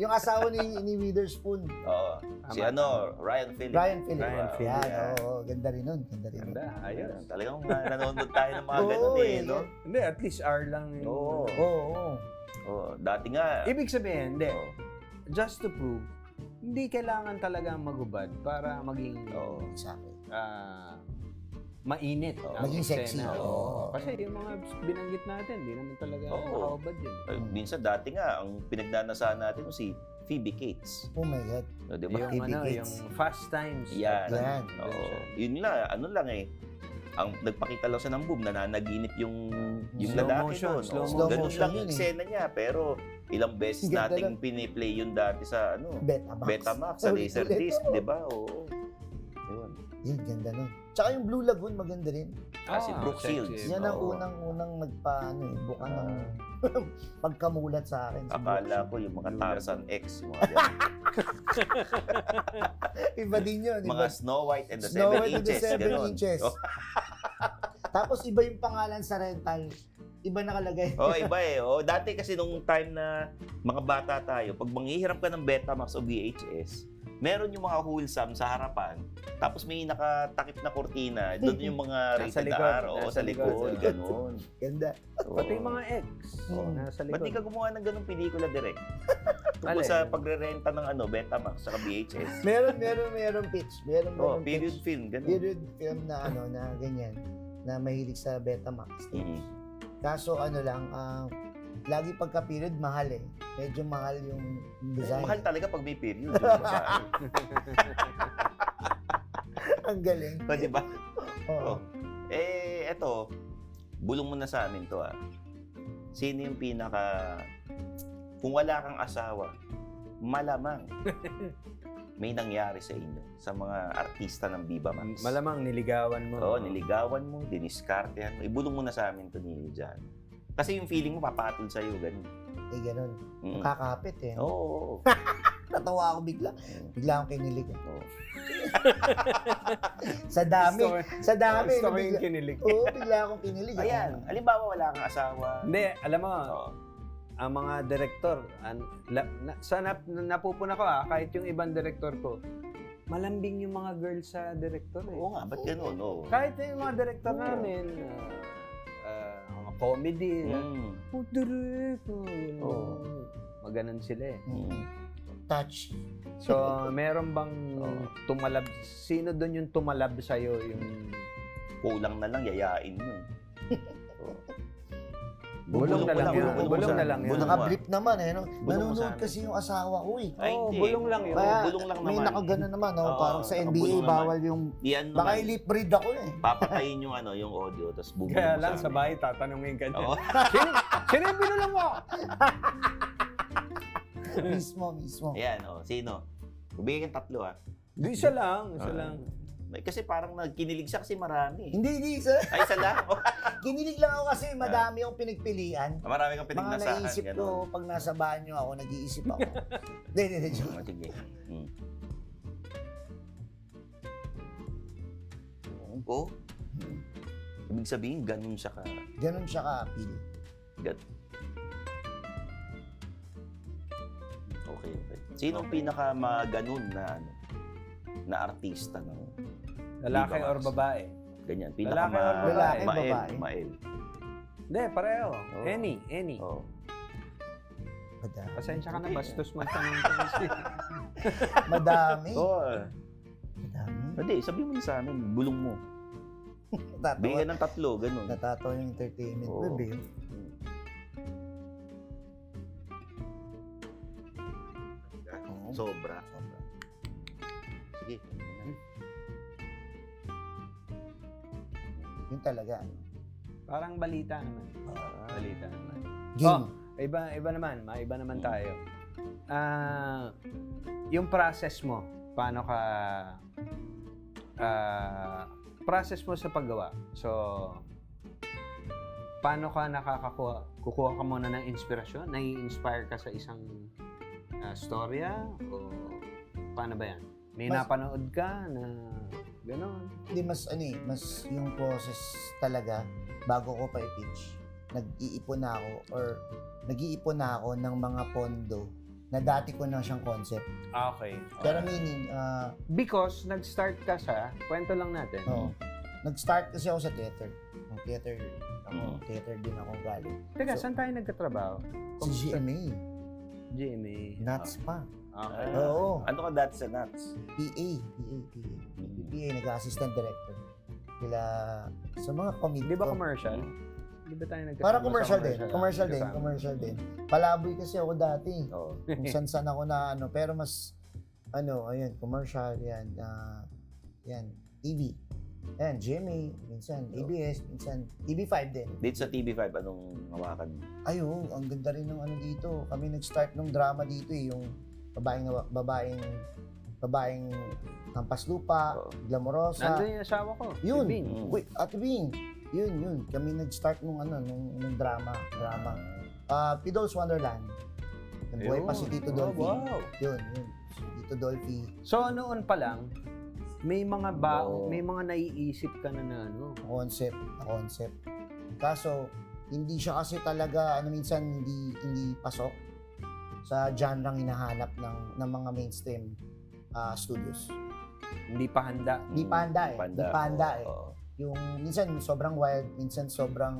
S4: yung asawa ni, ni Witherspoon,
S1: Oo. Si
S3: Tama,
S1: ano, Ryan Phillips.
S4: Ryan Phillips.
S3: Ryan Phillips.
S4: Yan, oo, ganda rin nun. Ganda rin
S3: Ganda,
S4: nun.
S1: Ayun,
S3: ayos.
S1: talagang mga nanonood tayo ng mga
S4: Oo,
S1: ganun eh,
S4: eh.
S1: no?
S3: Hindi, at least R lang. yung-
S1: Oo.
S4: Oo, oo.
S1: Oo, dati nga.
S3: Ibig sabihin, hindi.
S1: Oo.
S3: Just to prove, hindi kailangan talaga magubad para maging
S1: Oo.
S4: Exactly.
S3: ah, mainit.
S1: Oo.
S3: ang
S4: Maging sexy.
S3: eksena.
S4: Oo.
S3: Kasi yung mga binanggit natin, hindi naman talaga
S1: Oo.
S3: nakaubad yun.
S1: Ay, Eh, Minsan dati nga, ang pinagdanasahan natin si Phoebe Cates.
S4: Oh my God.
S1: No, di ba?
S3: Yung ano,
S4: Ibigates.
S3: yung fast times.
S1: Yan.
S4: Yan.
S1: Oo. Yun lang, ano lang eh. Ang nagpakita lang siya ng boom, nananaginip yung yung
S3: Slow
S1: lalaki
S3: motion,
S1: doon.
S3: slow
S1: Oo,
S4: motion.
S1: ganun lang
S4: Slow motion
S1: yung
S4: yun eh.
S1: eksena niya, pero ilang beses
S4: Ganda
S1: nating piniplay yun dati sa ano,
S4: Betamax.
S1: Betamax, sa
S4: Ulit,
S1: laser
S4: ulit,
S1: disc,
S4: oo.
S1: di ba? Oo. Yun.
S4: Yun, ganda nun. Tsaka yung Blue Lagoon, maganda rin.
S1: Ah, si Brooke
S3: sexy.
S1: Shields.
S4: Yan ang
S1: Oo.
S4: unang-unang nagpa, ano eh, buka ng
S1: Ah.
S4: pagkamulat sa akin. sa
S1: Akala
S4: boxing.
S1: ko yung mga
S3: Yung
S1: Tarzan X, yung mga, ganun.
S4: Iba din yun. Iba.
S1: mga Snow White and the
S4: Snow
S1: Seven
S4: White and the
S1: Inches,
S4: Seven
S1: ganun.
S4: Inches.
S1: Oh.
S4: Tapos iba yung pangalan sa rental. Iba nakalagay.
S1: Oh, iba eh. Oh, dati kasi nung time na mga bata tayo, pag manghihiram ka ng Betamax o VHS, meron yung mga wholesome sa harapan, tapos may nakatakip na kortina, doon yung mga
S3: Nasa
S1: rated
S3: likod,
S1: R, oo,
S3: nasa
S1: sa likod,
S3: likod.
S1: Oh,
S3: oh.
S1: ganun.
S4: Ganda.
S1: Oo.
S3: Pati yung mga ex.
S4: Oo.
S3: Nasa
S1: Ba't di
S3: likod.
S1: ka gumawa ng ganung pelikula direct? Tungkol
S3: Alin?
S1: sa pagrerenta ng ano, Betamax sa VHS.
S4: Meron, meron, meron pitch. Meron,
S1: Oh,
S4: meron
S1: period
S4: pitch.
S1: film, ganun.
S4: Period film na ano, na ganyan. Na mahilig sa Betamax.
S1: Mm.
S4: Kaso ano lang, ah, lagi pagka period, mahal eh. Medyo mahal yung design.
S1: Mahal talaga pag may period. yung babae.
S4: Ang galing.
S1: O, di ba?
S4: Oo.
S1: Oo. Eh, eto, bulong mo na sa amin to ah. Sino yung pinaka... Kung wala kang asawa, malamang may nangyari sa inyo sa mga artista ng Viva Max.
S3: Malamang niligawan mo.
S1: Oo, niligawan mo, diniskartehan mo. Ibulong mo na sa amin to ni Jan. Kasi yung feeling mo papatol sa'yo, ganun.
S4: Eh, ganun.
S1: Mm.
S4: Kakapit eh.
S1: Oo, oo, oo.
S4: Natawa ako bigla.
S1: Mm.
S4: Bigla akong kinilig. eh.
S1: Oo.
S4: Sa dami.
S3: Gusto ko-
S4: sa dami.
S3: Gusto ko
S4: bigla,
S3: yung kinilig.
S4: oo, bigla akong kinilig. eh.
S1: Ayan,
S4: Oo.
S1: halimbawa wala kang asawa.
S3: Hindi, alam mo,
S1: Oo.
S3: ang mga direktor, an, la, na, sa nap, napupuna ko ah, kahit yung ibang direktor ko, malambing yung mga girls sa direktor eh.
S1: Oo nga, ba't ganun? Oo.
S3: Kahit yung mga direktor
S1: Oo.
S3: namin, ah, ah, mga comedy,
S1: Mm.
S3: oh, direct, oh,
S1: Oo.
S3: maganon sila eh.
S1: Mm.
S4: Touch.
S3: So, meron bang
S1: Oo.
S3: tumalab, sino doon yung tumalab sa'yo yung
S1: Kulang na lang, yayain mo. eh.
S3: Bulong na lang
S1: bulong,
S3: yun.
S1: bulong,
S3: Bulong
S1: bulong,
S3: na lang yun.
S1: bulong.
S4: Nakablip naman eh. No?
S1: mo sa
S4: Nanonood
S1: amin.
S4: kasi yung asawa ko eh.
S1: Ay,
S3: Oo,
S1: hindi.
S3: Oh, bulong lang yun.
S1: Oo,
S4: Kaya,
S1: bulong lang
S4: May
S1: naman.
S4: nakaganon naman. No?
S1: Oo,
S4: Parang sa
S1: nakabulong
S4: NBA,
S1: naman.
S4: bawal yung...
S1: Yan naman.
S4: Baka lip read ako eh.
S1: Papatayin yung ano, yung audio, tapos bubulong
S3: Kaya
S1: mo
S3: lang sa
S1: amin.
S3: bahay, tatanungin ka niya.
S1: Oo.
S3: Sino, sino yung binulang mo?
S4: mismo, mismo.
S1: Ayan, oh. Sino? Bigyan kang tatlo, ah.
S3: Di, isa lang, isa
S1: Oo.
S3: lang.
S1: May- Kasi parang nagkinilig siya kasi marami.
S4: Hindi, hindi. Sir.
S1: Ay, isa lang. Oh,
S4: Kinilig lang ako kasi madami akong pinagpilian.
S1: marami kang
S4: Mga
S1: pinagnasahan.
S4: naisip
S1: ganun.
S4: ko, pag nasa banyo ako, nag-iisip ako. Hindi, hindi, hindi. joke.
S1: Mm, Sige. Mm.
S3: Hmm.
S1: Oh, ibig sabihin, ganun siya ka.
S4: Ganun siya ka-appeal.
S1: Okay, okay. Sino ang pinaka ganun na ano, na artista no?
S3: Lalaki
S1: Viva
S3: or
S1: Max.
S3: babae?
S1: Ganyan, pinaka
S3: Lalaki or
S4: babae?
S1: mael,
S4: Babae.
S1: mael.
S3: Hindi, pareho.
S1: Oo.
S3: Any, any.
S1: Oh.
S4: Madami.
S3: Pasensya ka na,
S1: Hindi.
S3: bastos magtanong ka kasi.
S4: Madami.
S1: Oh,
S4: Madami.
S1: hindi, sabi mo sa amin, bulong mo.
S4: Natatawa,
S1: Bigyan ng tatlo, ganun.
S4: natatawa yung entertainment
S1: Oo.
S4: oh. babe. Oo.
S1: Sobra.
S4: Sobra.
S1: Sige.
S4: Yun talaga. ano.
S3: Parang balita naman.
S1: Ah,
S3: Balita naman.
S4: Game.
S3: Oh, iba, iba naman. Maiba naman
S1: Mm.
S3: tayo. Ah, yung process mo, paano ka... ah, process mo sa paggawa. So, paano ka nakakakuha? Kukuha ka muna ng inspirasyon? Nai-inspire ka sa isang ah, storya? O paano ba yan? May
S4: Mas-
S3: napanood ka na gano'n?
S4: Hindi, mas ano eh, mas yung process talaga bago ko pa i-pitch. Nag-iipon na ako or nag-iipon na ako ng mga pondo na dati ko na siyang concept.
S3: Ah, Okay.
S4: Pero meaning, ah,
S3: Because nag-start ka sa, kwento lang natin.
S4: Oo. Nag-start kasi ako sa theater. Ang theater, ako,
S1: Mm.
S4: theater din ako galing.
S3: Teka,
S4: So-
S3: saan tayo nagkatrabaho?
S4: Sa
S3: Kumusta?
S4: GMA,
S3: GMA.
S4: nuts pa.
S3: Okay.
S1: Ah.
S4: Oo,
S1: Ano ka dati sa nuts?
S4: PA, PA, PA. PA, nag-assistant director. Sila, sa mga comedy.
S3: Di ba commercial? Di ba tayo nagkasama
S4: Parang
S3: sa
S4: commercial din,
S3: ah?
S4: commercial din,
S3: Nagkasama.
S4: commercial din. Palaboy kasi ako dati. eh.
S1: Oo.
S4: Kung san-san ako na ano, pero mas, ano, ayun, commercial, yan, ah, yan, TV. Yan, GMA, minsan, ABS, minsan, TV5 din.
S1: Dito sa TV5, anong hawakan mo?
S4: Ayun, ang ganda rin ng ano dito. Kami nag-start ng drama dito eh, yung babaeng babaeng babaeng hampas lupa,
S1: Oo.
S4: glamorosa.
S3: Nandun yung asawa ko.
S4: Yun.
S3: si Vin.
S1: Mm.
S4: Wait, Ate Bing. Yun, yun. Kami nag-start nung ano, nung, nung drama, drama. Ah, Pido's Wonderland. Nabuhay pa si
S3: Yun.
S4: Tito
S1: Ah,
S3: Oh,
S4: Dolphy.
S3: wow.
S4: Yun, yun. Si Tito Dolphy.
S3: So noon pa lang, may mga ba,
S1: Oo.
S3: may mga naiisip ka na na ano.
S4: concept, na concept. Kaso, hindi siya kasi talaga, ano minsan, hindi, hindi pasok sa genre ang hinahanap ng, ng mga mainstream ah, studios.
S3: Hindi pa handa.
S4: Di panda eh. Di panda eh.
S1: Hmm, Oo.
S4: Yung minsan sobrang wild, minsan sobrang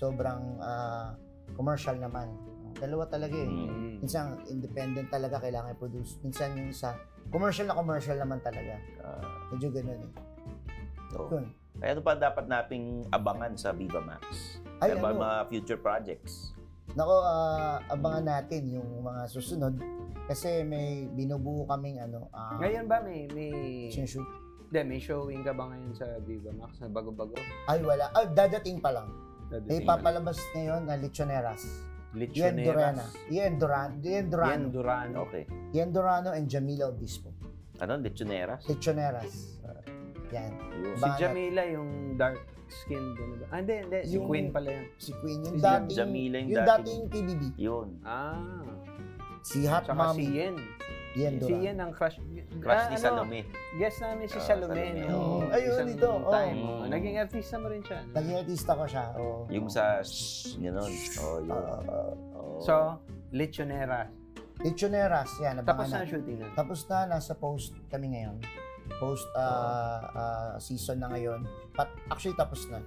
S4: sobrang ah, commercial naman. Dalawa talaga eh.
S1: Mm.
S3: Mm.
S4: Minsan independent talaga kailangan i-produce. Minsan yung isa, commercial na commercial naman talaga.
S1: Ah,
S4: Medyo ganun eh.
S1: oo.
S4: Yun.
S1: Kaya ano pa dapat nating abangan sa Viva Max?
S4: Ay,
S1: Ano ba
S4: ano?
S1: mga future projects?
S4: Nako, ah, abangan natin yung mga susunod kasi may binubuo kaming ano, ah,
S3: Ngayon ba may may
S4: sinushoot.
S3: Hindi, may showing ka ba ngayon sa Viva Max na bago-bago?
S4: Ay, wala. Ah, dadating pa lang. May
S3: Dadating na.
S4: papalabas ngayon na Lechoneras. Ian Durana. Ian Durano. Ian
S3: Yan,
S4: Durano.
S3: Durano.
S1: Okay.
S4: Ian Durano and Jamila Obispo.
S1: Ano? Lechoneras?
S4: Lechoneras. Ah, yan.
S1: Yun.
S3: Si
S4: Bakit?
S3: Jamila yung dark skin ano ba? Ah, hindi, hindi. Si
S4: Yung-
S3: Queen pala yan.
S4: Si Queen yung
S3: Si Jam-
S4: dating,
S1: Jamila yung
S4: yung
S1: dating-
S4: dating PBB.
S1: Yun.
S3: Ah.
S4: Si Hot
S3: Tsaka si
S4: Mommy.
S3: Yen.
S4: Ian
S3: Si
S4: Durano.
S3: Yen ang crush.
S1: Crush
S3: Ah,
S1: ni
S3: ano,
S1: Salome.
S3: Guess namin si
S1: Ah,
S3: Salome.
S1: Salome.
S3: no?
S4: Mm. Ayun,
S3: Isang
S4: ito, oh.
S3: time, oh.
S1: Mm.
S3: Naging artista mo rin siya. no?
S4: Naging artista ko siya. oo.
S1: Yung sa shh, ganun. Oh, yun.
S4: Oo, oo.
S1: Oh.
S3: So, Lechonera.
S4: Lechoneras. Yan. abangan
S3: Tapos na
S4: natin.
S3: ang shooting na.
S4: Tapos na, nasa post kami ngayon. Post ah, ah, season na ngayon. Pat, actually, tapos na.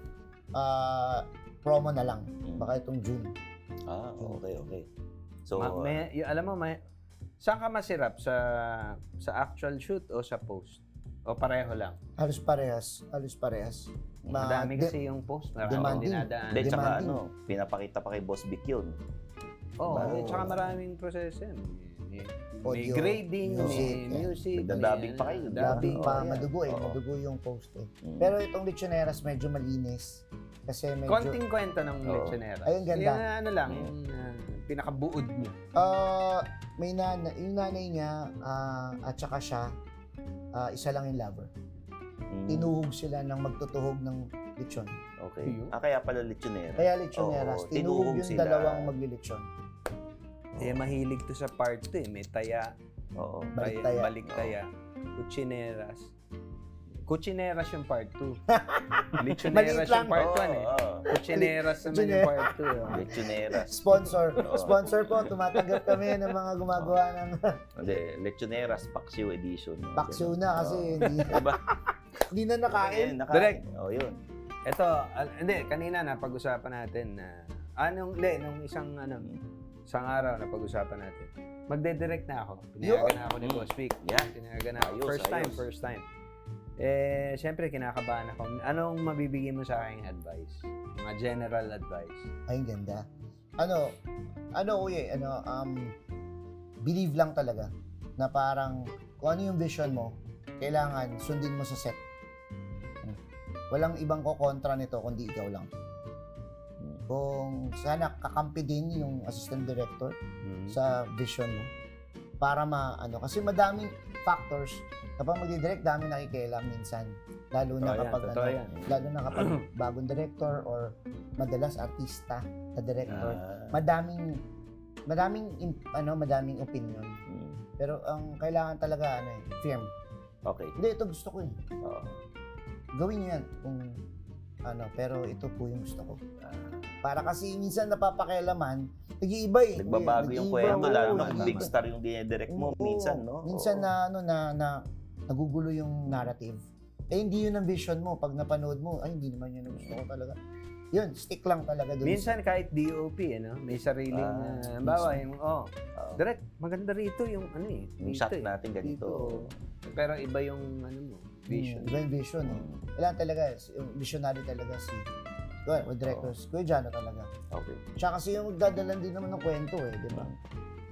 S4: Ah, promo na lang.
S1: Mm.
S4: Baka itong June.
S1: Ah, okay, okay. So, ah,
S3: Ma- may- y- alam mo, may, saan ka masirap? Sa sa actual shoot o sa post? O pareho lang?
S4: Halos parehas. Halos parehas. Ma-
S3: Madami
S4: Ah, de-
S3: kasi yung post. Marami
S4: demanding.
S3: dinadaan.
S1: Hindi, tsaka
S4: demanding.
S1: ano, pinapakita pa kay Boss Vic yun.
S3: Oo,
S1: Oo.
S3: eh, tsaka maraming proseso yan. May, may
S4: Audio,
S3: grading,
S4: music, eh.
S3: may ano, music.
S1: May dadabing pa kayo, di ba?
S4: Grabe
S1: Daming,
S4: pa,
S1: oh, yan.
S4: madugo eh.
S1: Oo.
S4: Madugo yung post eh.
S1: Mm.
S4: Pero itong Lechoneras medyo malinis. Kasi medyo...
S3: Konting kwento ng
S1: Oo.
S3: Lechonera.
S4: Ayun, ganda.
S3: Yung ano lang,
S1: Mm.
S3: yung uh, pinakabuod niya.
S4: Ah, may nana, yung nanay niya ah, at saka siya, ah, isa lang yung lover.
S1: Mm,
S4: Tinuhog sila ng magtutuhog ng lechon.
S1: Okay.
S3: Yun.
S1: Ah, kaya pala Lechonera.
S4: Kaya
S1: Oo,
S4: lechoneras, tinuhog
S1: tinuhog
S4: yung
S1: sila.
S4: dalawang maglilechon.
S3: Eh, mahilig to sa part 2 eh. May taya,
S1: Oo.
S3: taya,
S4: Baliktaya.
S3: baliktaya. Kuchineras. Kuchineras yung part 2.
S4: Maliit
S3: Lechoneras
S4: lang.
S3: yung part 1 eh.
S1: Oo, oo.
S3: Kuchineras naman yung part 2. Eh.
S1: Lechoneras.
S4: Sponsor,
S1: Oo.
S4: sponsor po, tumatanggap kami ng mga gumagawa ng
S1: Hindi, Lechoneras Paxiu Edition.
S4: paksyo na kasi hindi,
S1: Diba?
S4: hindi na nakain.
S1: nakain.
S3: Direct.
S1: Oh, yun.
S3: Ito, al- hindi, kanina napag-usapan natin na, anong, hindi, nung isang, ano, isang araw napag-usapan natin. Magde-direct na ako. Pinayagan na ako ni
S1: Mm.
S3: Boss Vic.
S1: Yeah.
S3: Tinayagan na ako.
S1: Ayos,
S3: First time,
S1: ayos.
S3: first time. Eh, siyempre, kinakabahan ako. Anong mabibigay mo sa aking advice? Mga general advice.
S4: Ay, ang ganda. Ano, ano kuya, eh, ano, um, believe lang talaga na parang kung ano yung vision mo, kailangan sundin mo sa set. Ano, Walang ibang kokontra nito kundi ikaw lang. Kung sana kakampi din yung assistant director sa vision mo para ma ano kasi madaming factors kapag magdi-direct dami nakikialam minsan lalo
S3: Totoo
S4: na
S3: yan,
S4: kapag ano,
S3: totoo yan.
S4: lalo na kapag bagong director or madalas artista na director
S1: Ah.
S4: madaming madaming im- ano madaming opinion
S1: Mm.
S4: pero ang kailangan talaga ano eh firm
S1: Okay.
S4: hindi ito gusto ko eh
S1: Oo.
S4: gawin niyo yan kung ano pero ito po yung gusto ko
S1: Ah.
S4: para kasi minsan napapakialaman nag-iiba eh
S1: Nagbabago yung kwento,
S3: oo,
S1: lalo
S3: tama,
S1: na kung big
S3: tama.
S1: star yung dinidirect mo,
S4: diba? Oo.
S1: minsan, no?
S4: Minsan
S1: Oo.
S4: na ano na na nagugulo yung narrative. Eh hindi yun ang vision mo pag napanood mo, ay hindi naman yun ang gusto ko talaga. Yun, stick lang talaga doon.
S3: Minsan kahit DOP, ano, may sariling,
S1: Ah,
S3: ah, bawa, yung,
S1: Oo.
S3: oh,
S1: Ah,
S3: direct, maganda rito yung, ano eh,
S1: Yung
S3: dito
S1: shot
S3: eh.
S1: natin ganito.
S3: Dito. Pero iba yung, ano mo, vision.
S4: vision. Iba yung vision. eh.
S1: Mm.
S4: Kailangan talaga, yung visionary talaga si Well, with directors, Kuya Jano talaga.
S1: Okay.
S4: Tsaka kasi yung magdadalan din naman ng kwento eh, di ba?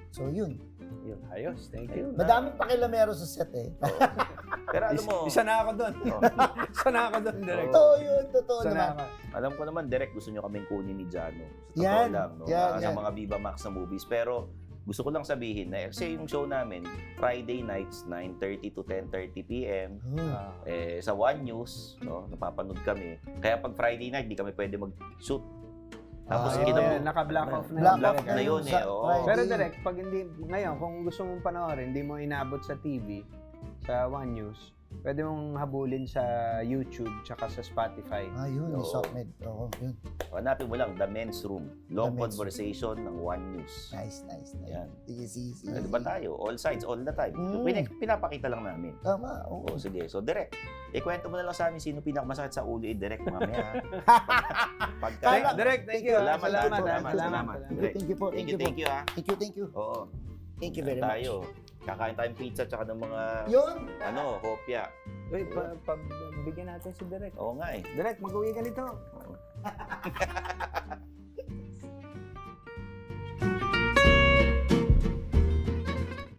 S4: So yun.
S1: Mm.
S3: Yun, ayos, thank you.
S1: Ayun.
S4: Madaming pakilamero sa set eh.
S1: Oo. Pero alam mo, ano,
S3: Isa na ako doon.
S1: Oo.
S3: Isa na ako doon, direct.
S1: Oo.
S4: Totoo yun, totoo
S3: Isa na
S4: naman.
S3: ako.
S1: alam ko naman, direct gusto nyo kaming kunin ni Jano. Sa totoo
S4: Yan,
S1: lang, no?
S4: yan,
S1: Ah, Sa
S4: yan.
S1: mga Viva Max na movies. Pero gusto ko lang sabihin na kasi yung show namin, Friday nights, 9.30 to 10.30 p.m.
S4: Hmm.
S3: Ah.
S1: Eh, sa One News, no? napapanood kami. Kaya pag Friday night, di kami pwede mag-shoot. Tapos
S4: Ah,
S1: kita mo,
S4: yun,
S3: naka-block off na
S4: Black
S3: yun.
S4: off na yun
S1: eh,
S4: sa
S1: oo.
S4: Friday.
S3: Pero direct, pag hindi, ngayon, kung gusto mong panoorin, hindi mo inabot sa TV, sa One News, pwede mong habulin sa YouTube, tsaka sa Spotify.
S4: Ah, yun, yung
S1: Oo.
S4: Sockmed. Oo, yun.
S1: hanapin mo lang The Men's Room. Long
S4: The Men's
S1: conversation ng One News.
S4: Nice, nice, nice.
S1: Ayan.
S4: Sige, sige, sige.
S1: Eh, Di ba tayo? All sides, all the time.
S4: Mm.
S1: Pin- pinapakita lang namin.
S4: Tama, oo.
S1: Oo, sige. So, direct. Ikwento mo na lang sa amin sino pinakamasakit sa ulo, i-direct mamaya. Pagka,
S4: Thank-
S3: Direct, direct, thank you.
S1: Salamat,
S3: salamat,
S1: salamat,
S3: salamat.
S1: salamat.
S4: Thank you, thank you po.
S1: Thank you, thank you, ha.
S4: Thank you, thank you.
S1: Oo.
S4: Thank you very
S1: Yan
S4: much.
S1: tayo. Kakain tayong pizza tsaka ng mga,
S4: Yun!
S1: ano, hopya.
S3: Uy, pa, pa, bigyan natin si Direct.
S1: Oo nga eh.
S3: Direct, mag-uwi ka nito.